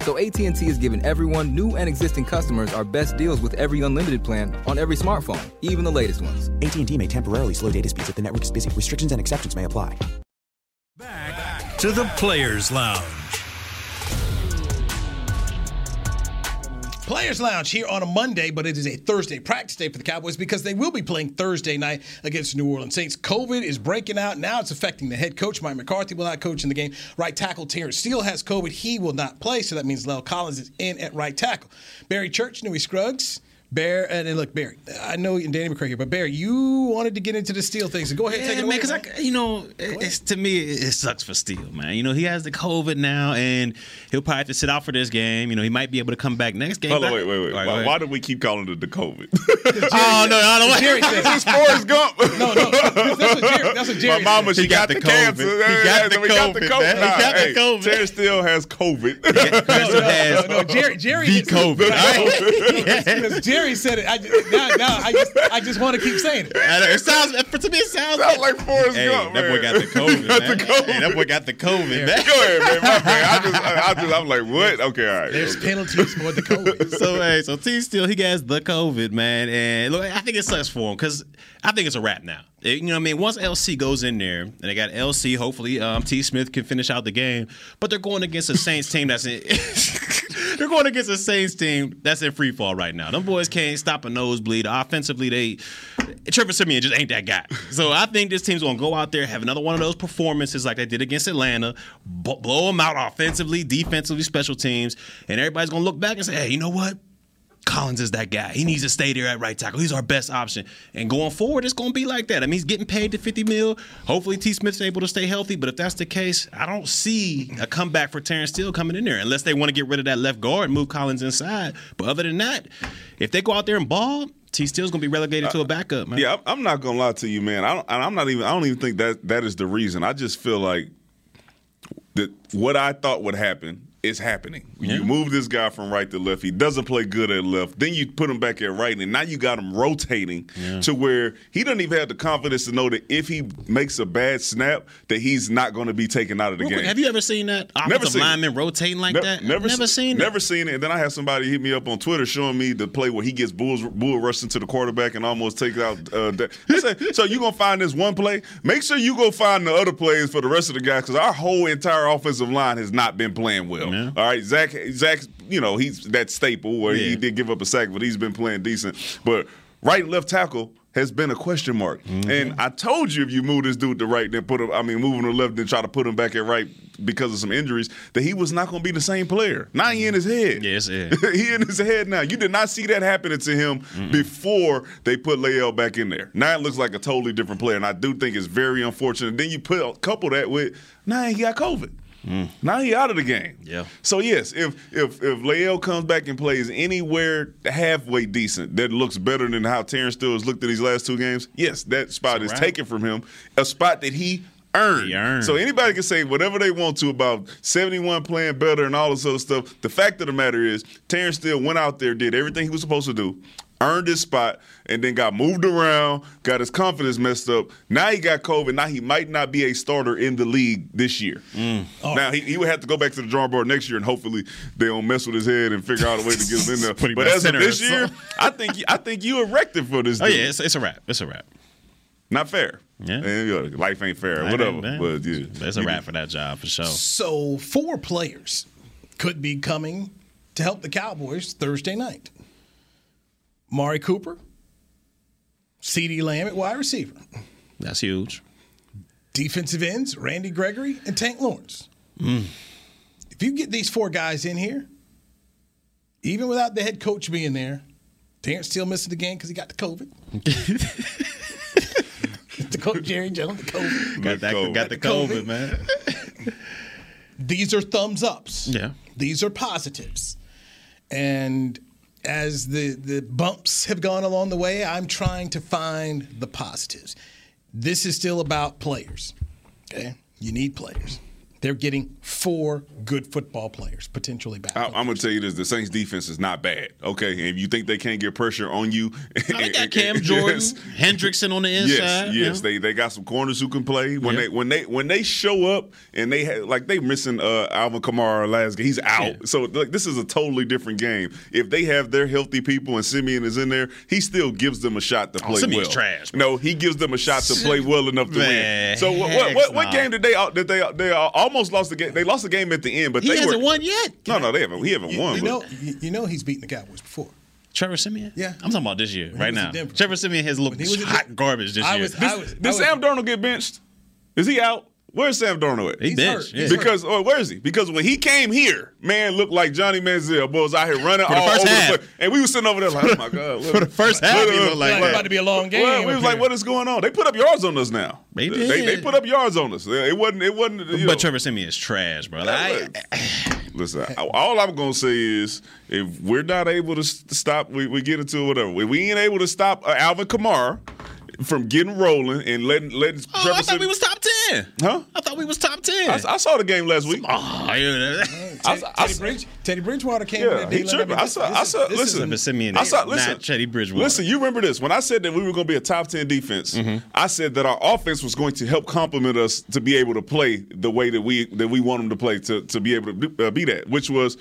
S12: So AT&T is giving everyone, new and existing customers, our best deals with every unlimited plan on every smartphone, even the latest ones.
S13: AT&T may temporarily slow data speeds if the network is busy. Restrictions and exceptions may apply.
S10: to the Players Lounge.
S3: Players Lounge here on a Monday, but it is a Thursday practice day for the Cowboys because they will be playing Thursday night against the New Orleans Saints. COVID is breaking out. Now it's affecting the head coach. Mike McCarthy will not coach in the game. Right tackle Terrence Steele has COVID. He will not play, so that means Lel Collins is in at right tackle. Barry Church, Newey Scruggs. Bear and then look, Barry. I know you and Danny McCray here, but Barry, you wanted to get into the Steele thing, so go ahead,
S2: Yeah,
S3: take it
S2: man,
S3: away.
S2: 'cause I c- you know, it's to me it it sucks for Steele, man. You know he has the COVID now, and he'll probably have to sit out for this game. You know he might be able to come back next game.
S4: Hold
S2: but
S4: on,
S2: I-
S4: wait, wait, wait.
S2: All right, go
S4: why,
S2: ahead.
S4: why do we keep calling it the COVID?
S2: Oh no, no,
S4: *laughs*
S2: no!
S4: Jerry
S2: *laughs*
S4: said- This is Forrest *laughs* Gump.
S3: No, no, that's what Jerry. That's what
S4: My
S3: Jerry.
S4: mama,
S3: said.
S4: she got, the, cancer.
S3: He got the
S4: We got the
S3: COVID,
S4: COVID.
S3: man. He
S4: Nah,
S3: got the
S4: hey,
S3: COVID.
S4: Terrence still has *laughs* COVID.
S3: No, no, Jerry. Jerry the COVID. *laughs* Jerry said it. I just, now, now I just, I just want to keep saying it.
S2: It sounds to me. It sounds
S3: sounds
S4: like Forrest
S2: Hey, that boy got *laughs* the
S4: *laughs*
S2: COVID, man. Hey, that boy got the COVID, *laughs* man.
S4: Go ahead, man. My bad. I just, I, I just, I'm like, what? Okay, all right.
S3: There's penalties for the COVID.
S2: so hey, so T still he has the COVID, man, and look, I think it sucks for him because I think it's a wrap now. It- you know what I mean? Once LC goes in there, and they got LC. Hopefully, um, T Smith can finish out the game, but they're going against a Saints team that's in. *laughs* They're going against a Saints team that's in free fall right now. Them boys can't stop a nosebleed. Offensively, they Trevor Simeon just ain't that guy. So I think this team's gonna go out there have another one of those performances like they did against Atlanta, b- blow them out offensively, defensively, special teams, and everybody's gonna look back and say, hey, you know what? Collins is that guy. He needs to stay there at right tackle. He's our best option. And going forward, it's going to be like that. I mean, he's getting paid to 50 mil. Hopefully, T. Smith's able to stay healthy. But if that's the case, I don't see a comeback for Terrence Steele coming in there unless they want to get rid of that left guard and move Collins inside. But other than that, if they go out there and ball, T. Steele's going to be relegated to a backup, man.
S4: Yeah, I'm- I'm not gonna lie to you, man. I don't, and I'm not even. I don't even think that that is the reason. I just feel like that what I thought would happen is happening. You move this guy from right to left. He doesn't play good at left. Then you put him back at right, and now you got him rotating
S14: Yeah.
S4: to where he doesn't even have the confidence to know that if he makes a bad snap, that he's not going to be taken out of the
S2: Real
S4: game.
S2: quick, have you ever seen that offensive
S4: Never seen it.
S2: lineman rotating like
S4: Ne-
S2: that?
S4: Never,
S2: never
S4: se-
S2: seen that.
S4: Never seen it. And then I had somebody hit me up on Twitter showing me the play where he gets bulls, bull rushed into the quarterback and almost takes out. Uh, Da- *laughs* I said, so you gonna find this one play? Make sure you go find the other plays for the rest of the guys because our whole entire offensive line has not been playing well. All right, Zach. Zach, you know he's that staple where he did give up a sack, but he's been playing decent. But right and left tackle. Has been a question mark, and I told you if you move this dude to right, then put him. I mean, moving to left, then try to put him back at right because of some injuries. That he was not going to be the same player. Now he in his head.
S2: Yes, yeah.
S4: *laughs* he in his head now. You did not see that happening to him before they put Lael back in there. Now it looks like a totally different player, and I do think it's very unfortunate. Then you put couple that with now he got COVID. Now he out of the game.
S2: Yeah.
S4: So yes, if if if Lael comes back and plays anywhere halfway decent, that looks better than how Terrence Steele has looked at these last two games. Yes, that spot is
S2: wrap.
S4: taken from him, a spot that he earned. So anybody can say whatever they want to about 71 playing better and all this other stuff. The fact of the matter is, Terrence Steele went out there, did everything he was supposed to do, earned his spot, and then got moved around, got his confidence messed up. Now he got COVID. Now he might not be a starter in the league this year.
S2: Oh.
S4: Now he, he would have to go back to the drawing board next year, and hopefully they don't mess with his head and figure out a way to get him
S2: *laughs*
S4: in
S2: Put
S4: there.
S2: him
S4: But
S2: at
S4: as of
S2: center or
S4: this year, I think I think you erected for this.
S2: Oh,
S4: dude.
S2: yeah, it's, it's a wrap. It's a wrap.
S4: Not fair. Yeah. life ain't fair.
S2: Life
S4: whatever.
S2: ain't fair.
S4: But yeah.
S2: That's a wrap for that job, for sure.
S3: So four players could be coming to help the Cowboys Thursday night. Mari Cooper, C.D. Lamb at wide receiver,
S2: That's huge.
S3: defensive ends Randy Gregory and Tank Lawrence.
S2: Mm.
S3: If you get these four guys in here, even without the head coach being there, Terrence still missing the game because he got the COVID. the coach Jerry Jones, the COVID.
S2: Got that. Got the COVID, *laughs* man.
S3: These are thumbs ups.
S2: Yeah.
S3: These are positives. And as the, the bumps have gone along the way, I'm trying to find the positives. This is still about players. Okay? You need players. They're getting four good football players potentially back.
S4: I, am gonna tell you this: the Saints' defense is not bad. Okay, if you think they can't get pressure on you,
S2: they
S4: *laughs*
S2: got Cam Jordan, Hendrickson on the inside.
S4: Yes, yes, they they got some corners who can play. When
S2: Yeah.
S4: they when they when they show up and they had like they missing uh, Alvin Kamara last game, he's out. So like this is a totally different game. If they have their healthy people and Simeon is in there, he still gives them a shot to
S2: Oh,
S4: play
S2: Simeon's
S4: well.
S2: trash,
S4: No, he gives them a shot to play well enough to
S2: Man,
S4: win. So what what,
S2: heck
S4: what, what
S2: no.
S4: game did they uh, did they they almost lost the game? They lost the game at the end, but
S3: He
S4: they
S3: hasn't
S4: were,
S3: won yet.
S4: No, no, they haven't. He haven't
S3: You,
S4: won.
S3: you
S4: but-
S3: know, you, you know he's beaten the Cowboys before.
S2: Trevor Simeon?
S3: Yeah.
S2: I'm talking about this year,
S3: When he
S2: right
S3: was in
S2: now.
S3: Denver.
S2: Trevor Simeon has looked
S3: he was in
S2: hot garbage this
S3: I
S2: year.
S3: was-
S2: This-
S3: I was-
S4: Did Sam Darnold get benched? Is he out? Where's Sam Darnold at?
S2: He He's benched, hurt. yeah. He's
S4: Because oh, where is he? Because when he came here, man looked like Johnny Manziel. Boy was out here running
S2: For the
S4: all
S2: first
S4: over
S2: half.
S4: the place. And we was sitting over there like, oh my God. what-
S2: *laughs* For the first half,
S4: what-
S2: he looked like that.
S3: About to be a long game
S4: Well, we
S3: up
S4: was like,
S3: here.
S4: what is going on? They put up yards on us now.
S2: They
S4: They,
S2: did.
S4: put up yards on us. It wasn't it wasn't you know.
S2: but Trevor Simeon is trash, bro. Like, I-
S4: Listen, I- all I'm gonna say is if we're not able to s- stop, we, we get into it, whatever. If we ain't able to stop uh, Alvin Kamara from getting rolling and letting letting
S2: oh, I
S4: Trevor
S2: thought we was top ten.
S4: Huh?
S2: I thought we was top ten.
S4: I, I saw the game last week.
S2: oh, yeah.
S4: I,
S3: Teddy,
S4: I,
S3: Teddy Bridge, Teddy Bridgewater came
S4: yeah,
S3: in.
S4: he tripping. I saw. I saw. Listen, I saw. Listen,
S2: not Teddy Bridgewater.
S4: listen. You remember this when I said that we were going to be a top ten defense?
S2: Mm-hmm.
S4: I said that our offense was going to help complement us to be able to play the way that we that we want them to play to to be able to do, uh, be that, which was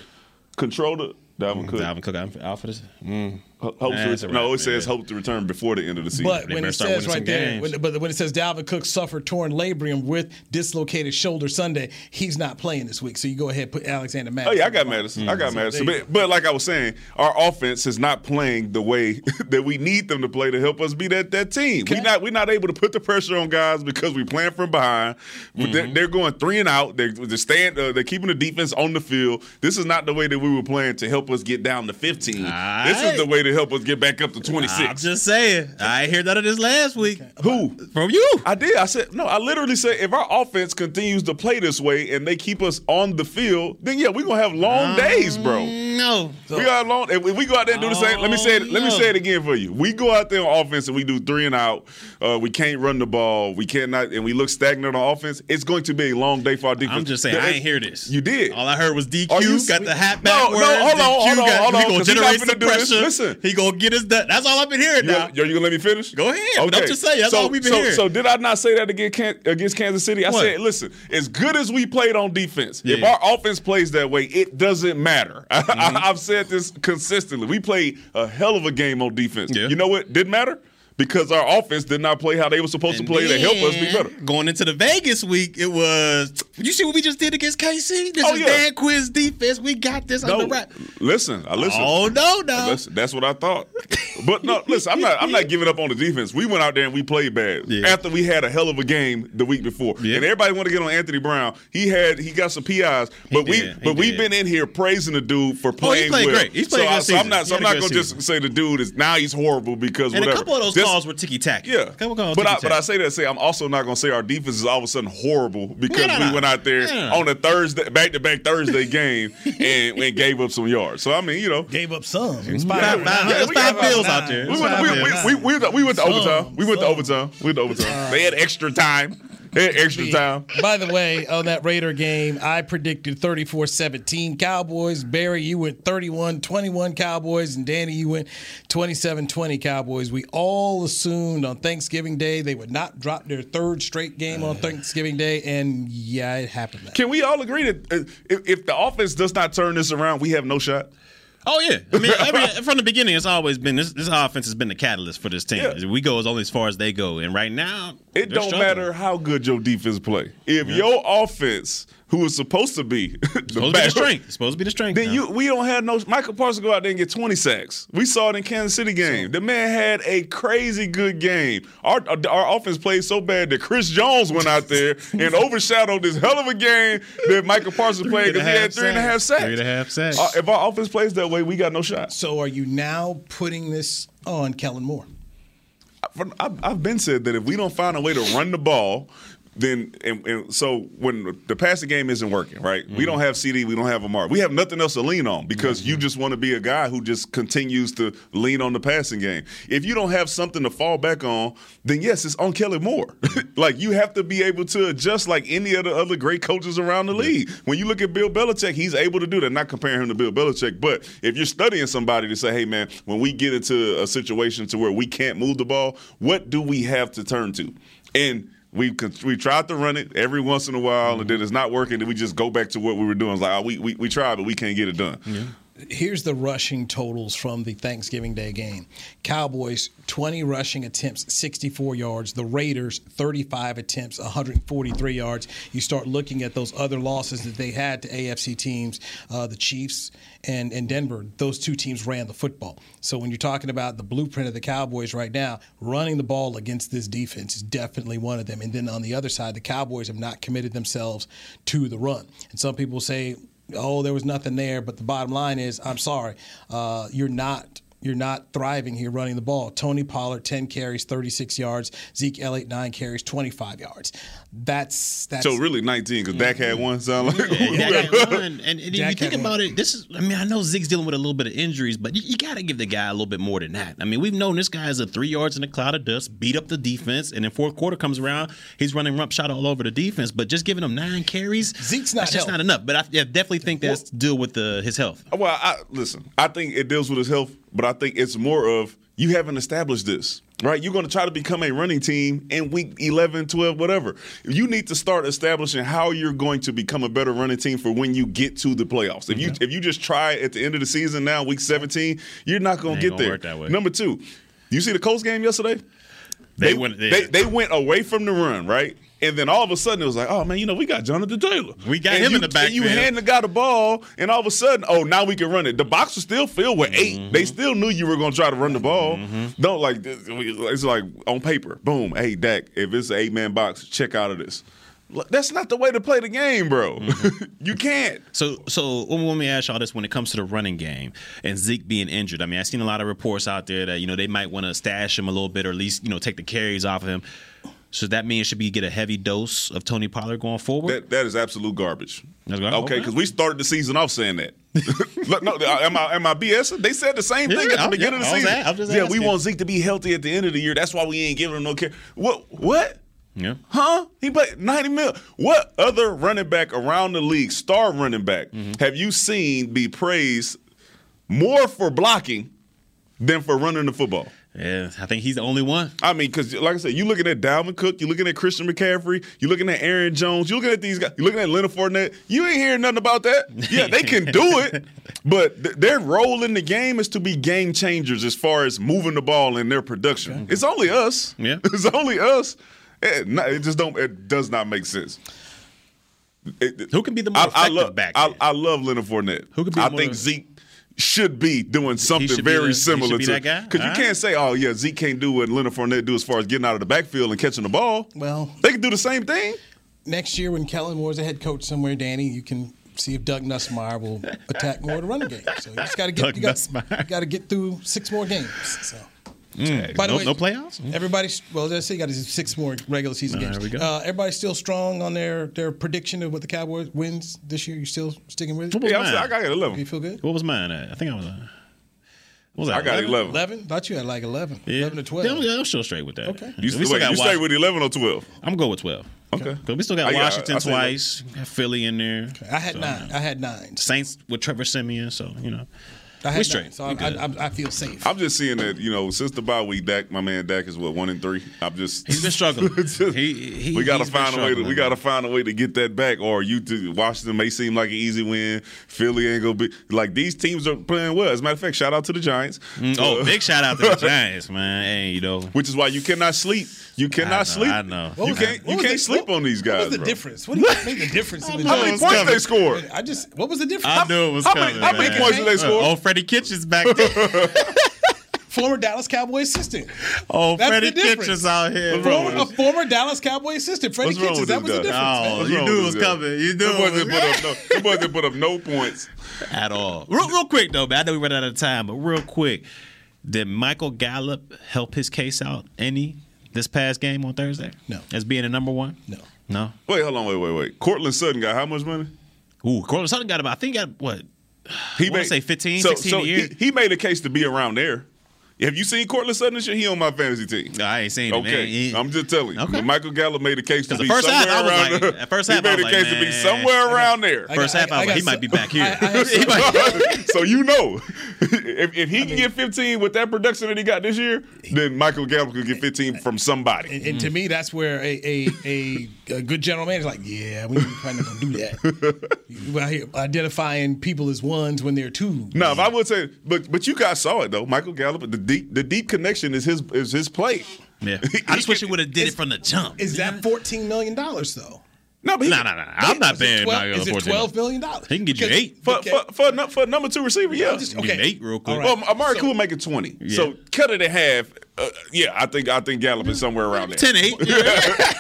S4: control the Dalvin Cook.
S2: Mm, Dalvin Cook out out for this. Mm.
S4: Ho- Hope
S2: Nah,
S4: to
S2: that's a
S4: return. No,
S2: wrap,
S4: it says
S2: yeah.
S4: hope to return before the end of the season.
S3: But when it says right there, when, but when it says Dalvin Cook suffered torn labrum with dislocated shoulder Sunday, he's not playing this week. So you go ahead and put Alexander Matt.
S4: Oh yeah, I got Madison. I
S2: Mm.
S4: got
S3: Mhm.
S4: Madison.
S3: So there you
S4: But, but like I was saying, our offense is not playing the way *laughs* that we need them to play to help us be that that team. We not we not able to put the pressure on guys because we playing from behind. They're,
S2: Mm-hmm.
S4: they're going three and out. They're, they're staying. Uh, they're keeping the defense on the field. This is not the way that we were playing to help us get down to fifteen. This is the way to help us get back up to twenty
S2: I'm
S4: six.
S2: just saying. I heard that of this last week.
S4: Who?
S2: From you.
S4: I did. I said, no, I literally said if our offense continues to play this way and they keep us on the field, then yeah, we're gonna have long
S2: Ah.
S4: days, bro.
S2: Mm, No.
S4: we got long if we go out there and do the same. Let me say it, let me
S2: Oh,
S4: say it again for you. We go out there on offense and we do three and out. Uh, we can't run the ball. We cannot and we look stagnant on offense. It's going to be a long day for our defense.
S2: I'm just saying, I ain't hear this.
S4: You did.
S2: All I heard was DQ
S4: Are you-
S2: got the hat
S4: No,
S2: backwards.
S4: no, hold on,
S2: DQ
S4: hold on,
S2: got-
S4: hold on,
S2: He gonna
S4: 'cause he not
S2: generate
S4: finna
S2: some
S4: do this.
S2: pressure.
S4: Listen.
S2: he gonna get his. Done. That's all I've been *laughs* hearing
S4: You,
S2: now.
S4: are you gonna let me finish?
S2: Go ahead. But I'm just saying, that's
S4: so,
S2: all we've been
S4: so,
S2: hearing.
S4: So did I not say that against Kan- against Kansas City? I
S2: What?
S4: said, listen, as good as we played on defense, if
S2: Yeah. Mm-hmm.
S4: our offense plays that way, it doesn't matter. *laughs* I- I, I've said this consistently. We played a hell of a game on defense. You know what didn't matter? Because our offense did not play how they were supposed to play to help us be better.
S2: Going into the Vegas week, it was. You see what we just did against KC? This
S4: Oh,
S2: is
S4: yeah.
S2: Dan Quinn's defense. We got this
S4: No,
S2: under wrap.
S4: listen, I listen.
S2: Oh, no, no.
S4: Listen, that's what I thought. But no, listen, I'm not. I'm not giving up on the defense. We went out there and we played bad after we had a hell of a game the week before, and everybody want to get on Anthony Brown. He had he got some PIs, but we
S2: did, he
S4: but we've
S2: did. Oh,
S4: been in here praising the dude for playing
S2: played
S4: well.
S2: great. He's played
S4: so,
S2: good
S4: I, so I'm
S2: season.
S4: not. So
S2: He
S4: I'm
S2: had a
S4: not
S2: good
S4: going to just say the dude is now he's horrible because
S2: And
S4: whatever.
S2: a couple of those
S4: This-
S2: calls were ticky tacky.
S4: Yeah,
S2: A couple calls.
S4: but I,
S2: ticky-tacky.
S4: but I say that to say I'm also not going to say our defense is all of a sudden horrible
S2: No,
S4: because
S2: no,
S4: we
S2: no.
S4: went out there
S2: No, no, no.
S4: on a Thursday back to back
S2: *laughs*
S4: Thursday game and, and gave up some yards. So I mean, you know,
S3: gave up some.
S2: Five- five- there's five bills out there.
S4: We
S2: There's
S4: went,
S2: five
S4: we,
S2: bills.
S4: we, we, we, we went to
S3: Some,
S4: overtime. We went to overtime. We went to overtime. They had extra time. They had extra time.
S3: By the way, on that Raider game, I predicted 34 17 Cowboys. Barry, you went 31 21 Cowboys. And Danny, you went 27 20 Cowboys. We all assumed on Thanksgiving Day they would not drop their third straight game
S2: Uh.
S3: on Thanksgiving Day. And yeah, it happened.
S4: Can we all agree that uh, if, if the offense does not turn this around, we have no shot?
S2: Oh yeah, I
S4: *laughs*
S2: mean, every, from the beginning, it's always been this. This offense has been the catalyst for this team. We go as only as far as they go, and right now, they're
S4: It don't
S2: struggling.
S4: matter how good your defense play. If your offense, who is supposed to be *laughs* the
S2: Supposed to be the
S4: back-
S2: strength. Supposed to be the strength.
S4: Then
S2: now.
S4: you, we don't have no. Michael Parsons go out there and get 20 sacks. We saw it in Kansas City game. The man had a crazy good game. Our, our, our offense played so bad that Chris Jones went out there
S2: *laughs*
S4: and overshadowed this hell of a game that Michael Parsons played because he had three and a half sacks.
S2: Three and a half sacks.
S4: Uh, if our offense plays that way, we got no shot.
S3: So are you now putting this on Kellen Moore?
S4: I've, I've been said that if we don't find a way to run the ball. then and, and so when the passing game isn't working, right? We don't have CD, we don't have Amari, we have nothing else to lean on because you just want to be a guy who just continues to lean on the passing game. If you don't have something to fall back on, then yes, it's on Kelly Moore. *laughs* like you have to be able to adjust like any of the other great coaches around the league. When you look at Bill Belichick, he's able to do that. Not comparing him to Bill Belichick, but if you're studying somebody to say, hey man, when we get into a situation to where we can't move the ball, what do we have to turn to? And we con- we tried to run it every once in a while, and then it's not working. Then we just go back to what we were doing. It's like oh, we, we we tried, but we can't get it done.
S3: Here's the rushing totals from the Thanksgiving Day game Cowboys, 20 rushing attempts, 64 yards. The Raiders, 35 attempts, 143 yards. You start looking at those other losses that they had to AFC teams, uh, the Chiefs and, and Denver. Those two teams ran the football. So when you're talking about the blueprint of the Cowboys right now, running the ball against this defense is definitely one of them. And then on the other side, the Cowboys have not committed themselves to the run. And some people say, oh, there was nothing there. But the bottom line is, I'm sorry, uh, you're not. You're not thriving here running the ball. Tony Pollard, 10 carries, 36 yards. Zeke Elliott, 9 carries, 25 yards. That's that's
S4: so really 19 because Dak had one. Sound like
S2: Dak
S4: *laughs*
S2: had one, and, and if you
S4: Dak
S2: think
S4: had
S2: about it, this is. I mean, I know Zeke's dealing with a little bit of injuries, but you, you got to give the guy a little bit more than that. I mean, we've known this guy is a three yards in a cloud of dust, beat up the defense, and then fourth quarter comes around, he's running rump shot all over the defense. But just giving him nine carries,
S3: Zeke's
S4: not
S2: that's just not
S4: healthy.
S2: enough. But I, yeah, definitely think that's to deal with the his health.
S4: Uh, Well, I, listen, I think it deals with his health, but I think it's more of you haven't established this, right? You're going to try to become a running team in week 11, 12, whatever. You need to start establishing how you're going to become a better running team for when you get to the playoffs. If you if you just try at the end of the season now, week 17, you're not going
S2: Ain't
S4: to get
S2: gonna
S4: there.
S2: work that way.
S4: Number two, you see the Colts game yesterday?
S2: They went-
S4: They,
S2: yeah.
S4: they went away from the run, right? And then all of a sudden it was like, oh man, you know we got Jonathan Taylor. We
S2: got him in the
S4: And you
S2: backfield.
S4: hand the guy the ball, and all of a sudden, oh now we can run it. The box was still filled with 8
S2: Mm-hmm.
S4: They still knew you were going to try to run the ball. Don't like it's like on paper, boom. Hey Dak, if it's an eight man box, check out of this. Look, That's not the way to play the game, bro.
S2: Mm-hmm.
S4: *laughs* you can't.
S2: So, so let me- let me ask y'all this: when it comes to the running game and Zeke being injured, I mean, I've seen a lot of reports out there that you know they might want to stash him a little bit, or at least you know take the carries off of him. So that means should we get a heavy dose of Tony Pollard going forward?
S4: That, that is absolute garbage. Okay,
S2: okay.
S4: because we started the season off saying that. *laughs* Look, no, uh, am I, am I BSing? They said the same thing
S2: Yeah,
S4: at the
S2: I'm-
S4: beginning
S2: yeah,
S4: of
S2: I
S4: the
S2: was
S4: season.
S2: a- I'm just
S4: yeah, we
S2: asking.
S4: want Zeke to be healthy at the end of the year. That's why we ain't giving him no care. What? What?
S2: Yeah.
S4: Huh? He played 90 mil. What other running back around the league, star running back, have you seen be praised more for blocking than for running the football?
S2: Yeah, I think he's the only one.
S4: I mean, because like I said, you looking at Dalvin Cook, you looking at Christian McCaffrey, you looking at Aaron Jones, you looking at these guys, you looking at Leonard Fournette. You ain't hearing nothing about that. Yeah, they can do it, but th- their role in the game is to be game changers as far as moving the ball in their production. It's only us.
S2: Yeah,
S4: *laughs* it's only us. It, no, it just don't. It does not make sense.
S2: Who can be the more effective
S4: love,
S2: back
S4: I, I love Leonard Fournette. Who
S2: could be
S4: I
S2: the more-
S4: think Zeke should be doing something
S2: should be the-
S4: very
S2: he
S4: similar
S2: should be
S4: to
S2: that guy?
S4: because you
S2: All right.
S4: can't say, "Oh yeah, Zeke can't do what Leonard Fournette do as far as getting out of the backfield and catching the ball."
S3: Well,
S4: they can do the same thing.
S3: Next year, when Kellen Moore's a head coach somewhere, Danny, you can see if Doug Nussmeier will attack more of the running game. So you just got to get
S2: Doug
S3: you got, to get through six more games. So.
S2: Mm,
S3: By the
S2: no,
S3: way,
S2: no playoffs.
S3: Everybody's well. Let's say you got six more regular season
S2: There
S3: games.
S2: we go.
S3: Uh, everybody's still strong on their their prediction of what the Cowboys wins this year. You still sticking with it?
S2: What was mine?
S3: Do you feel good?
S2: What was mine? At? I think I was. Uh, what was
S4: I got 11.
S3: Eleven? Thought you had like eleven.
S2: Yeah.
S3: Eleven to twelve.
S2: Yeah, I'm- yeah, I'm still straight with that.
S3: Okay.
S4: You- wait, you stay with eleven or twelve?
S2: I'm going with twelve.
S4: Okay.
S2: But we still
S4: I
S2: got
S4: got- I
S2: Washington
S4: say
S2: twice, got Philly in there.
S3: I had
S2: So,
S3: nine. I had nine.
S2: Saints with Trevor Simeon, so you know.
S3: I had
S2: we
S3: Nine,
S2: straight.
S3: so I,
S2: We good.
S3: I, I, I feel safe.
S4: I'm just seeing that you know since the bye week, Dak, my man Dak is what one and three. I'm *laughs* just he's
S2: been struggling.
S4: we gotta
S2: he's been
S4: find a way to we
S2: struggling.
S4: gotta find a way to get that back. Or you to, Washington may seem like an easy win. Philly ain't gonna be like these teams are playing well. As a matter of fact, shout out to the Giants. Uh,
S2: Mm, oh, big shout out to
S4: *laughs*
S2: the Giants, man. Hey, you know.
S4: Which is why you cannot sleep. You cannot
S2: know,
S4: sleep.
S2: I know.
S4: You
S3: What was
S4: can't
S3: the-
S4: you
S3: what was
S4: can't
S3: the-
S4: sleep on these guys.
S3: What was the
S4: bro.
S3: difference? What do you think the difference?
S2: *laughs*
S3: In the
S4: How many points they scored?
S3: I just what was the difference?
S2: I knew it was coming. man. *laughs* Oh, Freddie Kitchens back
S4: *laughs*
S2: there.
S3: Former Dallas Cowboy assistant.
S2: Oh,
S3: That's
S2: Freddie
S3: the difference.
S2: Kitchens out here.
S3: A former, a former Dallas Cowboy assistant, Freddie
S4: What's wrong
S3: Kitchens.
S4: with
S3: That was
S4: this
S3: the difference.
S4: guy?
S3: man.
S2: Oh,
S4: What's wrong with this guy? Them boys didn't put up no- them boys didn't put up no points
S2: at all. Real, real quick though, man. I know we ran out of time, but real quick, did Michael Gallup help his case out any this past game on Thursday? No, as being a number one.
S3: No.
S2: No.
S4: Wait, hold on, wait, wait, wait. Cortland Sutton got how much money?
S2: Ooh, Cortland Sutton got about I think he got what?
S4: He
S2: wanna say 15, 16 a year.
S4: He, he made a case to be around there. Have you seen Cortland Sutton and shit? He on my fantasy team.
S2: I ain't seen
S4: okay.
S2: man. He-
S4: I'm just telling you. Michael Gallup made a case to
S2: 'Cause the
S4: be
S2: first half,
S4: somewhere
S2: I was
S4: around
S2: like-
S4: there.
S2: at first half,
S4: *laughs* he
S2: I was
S4: made a
S2: like,
S4: case to be
S2: man.
S4: somewhere around there.
S2: I got- First half, I I was like, got he might some-
S3: *laughs*
S2: be *laughs* back here. I- I
S4: *laughs*
S2: got *laughs*
S4: He might- *laughs* so you know, if, if he can get 15 with that production that he got this year, then Michael Gallup could get 15 from somebody.
S3: And, and to me, that's where a a, a, a good general manager is like, yeah, we're probably not gonna do
S2: *laughs*
S3: that. We're out here identifying people as ones when they're twos.
S4: No, if I would say, but but you guys saw it though. Michael Gallup, the deep the deep connection is his is his play.
S2: Yeah, I just wish he would have did it from the jump.
S3: Is that fourteen million dollars though?
S4: No, but he-
S2: no, no, no. I'm not paying
S3: Twelve-
S2: Michael
S3: is it
S2: Gallup
S3: twelve million dollars?
S2: He can get you
S3: Because-
S2: eight.
S4: For, for, for, a nu- for a number two receiver, yeah.
S3: I'm just- okay. Give me eight
S2: real
S3: quick. All right.
S4: Well, Um, Amari Cooper making 20.
S2: Yeah.
S4: So cut it in half. Uh, yeah, I think I think Gallup is somewhere around there.
S2: 10 8.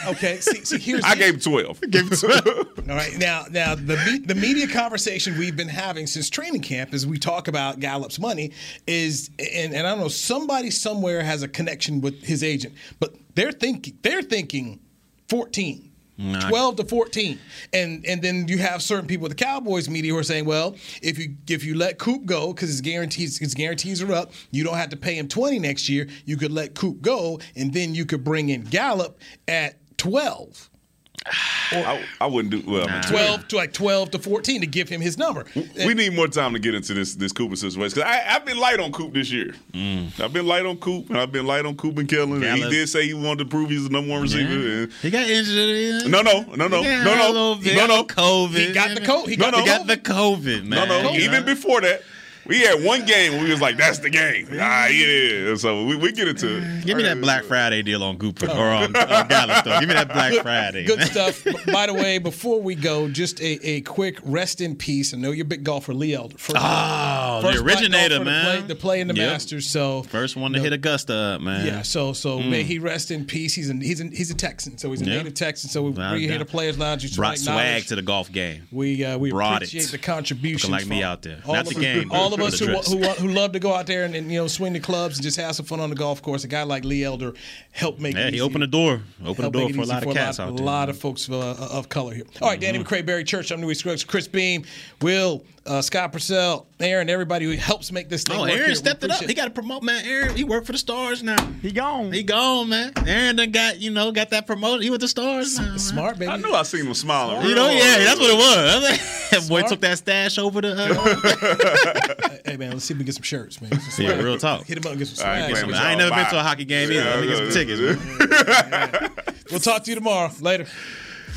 S2: *laughs*
S3: okay, see, see here's
S4: I gave him 12. Give him 12.
S3: All right, now, now the me- the media conversation we've been having since training camp, as we talk about Gallup's money, is and, and I don't know somebody somewhere has a connection with his agent, but they're thinking they're thinking fourteen.
S2: Nah.
S3: 12 to 14 and and then you have certain people at the cowboys media who are saying well if you if you let coop go because his guarantees his guarantees are up you don't have to pay him 20 next year you could let coop go and then you could bring in gallup at 12
S4: *laughs* I, I wouldn't do well. I mean,
S3: 12 to like 12 to 14 to give him his number.
S2: Mm.
S4: We need more time to get into this this Cooper situation because I've been light on Coop this year.
S2: Mm.
S4: I've been light on Coop and I've been light on Coop and Kellen. And he
S2: Gallup.
S4: did say he wanted to prove he's the number one receiver. and-
S2: He got injured.
S4: No, no, no, no,
S2: Yeah,
S4: no,
S2: a
S4: no,
S2: little bit.
S4: no, no.
S2: COVID. He got the co- he got
S4: no, no.
S2: the He got the COVID, man.
S4: No, no.
S2: You
S4: Even
S2: know?
S4: before that, we had one game. Where we was like, "That's the game." Ah, yeah. So we, we get into it. Uh,
S2: Give me that Black Friday deal on Cooper or on, on Gallup, though. Give me that Black
S3: Oh. Good-
S2: Friday.
S3: Good
S2: man.
S3: stuff.
S2: *laughs*
S3: B- By the way, before we go, just a, a quick rest in peace. I know you're a big golfer, Lee Elder. First,
S2: Oh, the
S3: black
S2: originator,
S3: golfer To
S2: man.
S3: play, to play in the
S2: Yep.
S3: Masters. So
S2: First one to hit Augusta up, man.
S3: Yeah, so so
S2: Mm.
S3: may he rest in peace. He's a he's a, he's a Texan, so he's a
S2: Yeah.
S3: native Texan. So we
S2: Without a
S3: we here
S2: doubt.
S3: to Players Lounge. You should
S2: Brought swag
S3: acknowledge-
S2: to the golf game.
S3: We uh, we
S2: Brought
S3: appreciate
S2: it.
S3: the contribution.
S2: Looking like me out there.
S3: all
S2: Not
S3: of
S2: the
S3: us- *laughs*
S2: game, but
S3: All of
S2: the
S3: us who,
S2: dress.
S3: who who love to go out there and, and you know swing the clubs and just have some fun on the golf course. A guy like Lee Elder helped make
S2: Yeah,
S3: it
S2: he
S3: easy.
S2: opened the door. Opened the
S3: Helped
S2: door
S3: make it
S2: for a
S3: easy
S2: lot of cats out
S3: A
S2: there. Mm-hmm.
S3: lot of folks uh, of color here. All right, Danny McCray, Barry Church, I'm Louis Scruggs, Chris Beam, Will, uh, Scott Purcell, Aaron, everybody who helps make this thing
S2: Oh,
S3: work.
S2: Aaron
S3: here. We
S2: stepped it up.
S3: appreciate
S2: He got to promote, man. Aaron, he worked for the Stars now. He gone. He gone, man. Aaron done got, you know, got that promotion. He with the Stars now.
S3: Smart, baby.
S4: I knew I seen him smiling.
S2: You know,
S4: real
S2: yeah,
S4: hard.
S2: that's what it was. *laughs* That boy
S3: Smart.
S2: took that stash over to. Uh,
S3: Hey man, let's see if we get some shirts, man.
S2: yeah, real talk.
S3: Hit him up and get some
S2: I ain't,
S3: swag.
S2: playing with y'all. I ain't never been to a hockey game either. Let me get some tickets, man.
S3: We'll talk to you tomorrow. Later.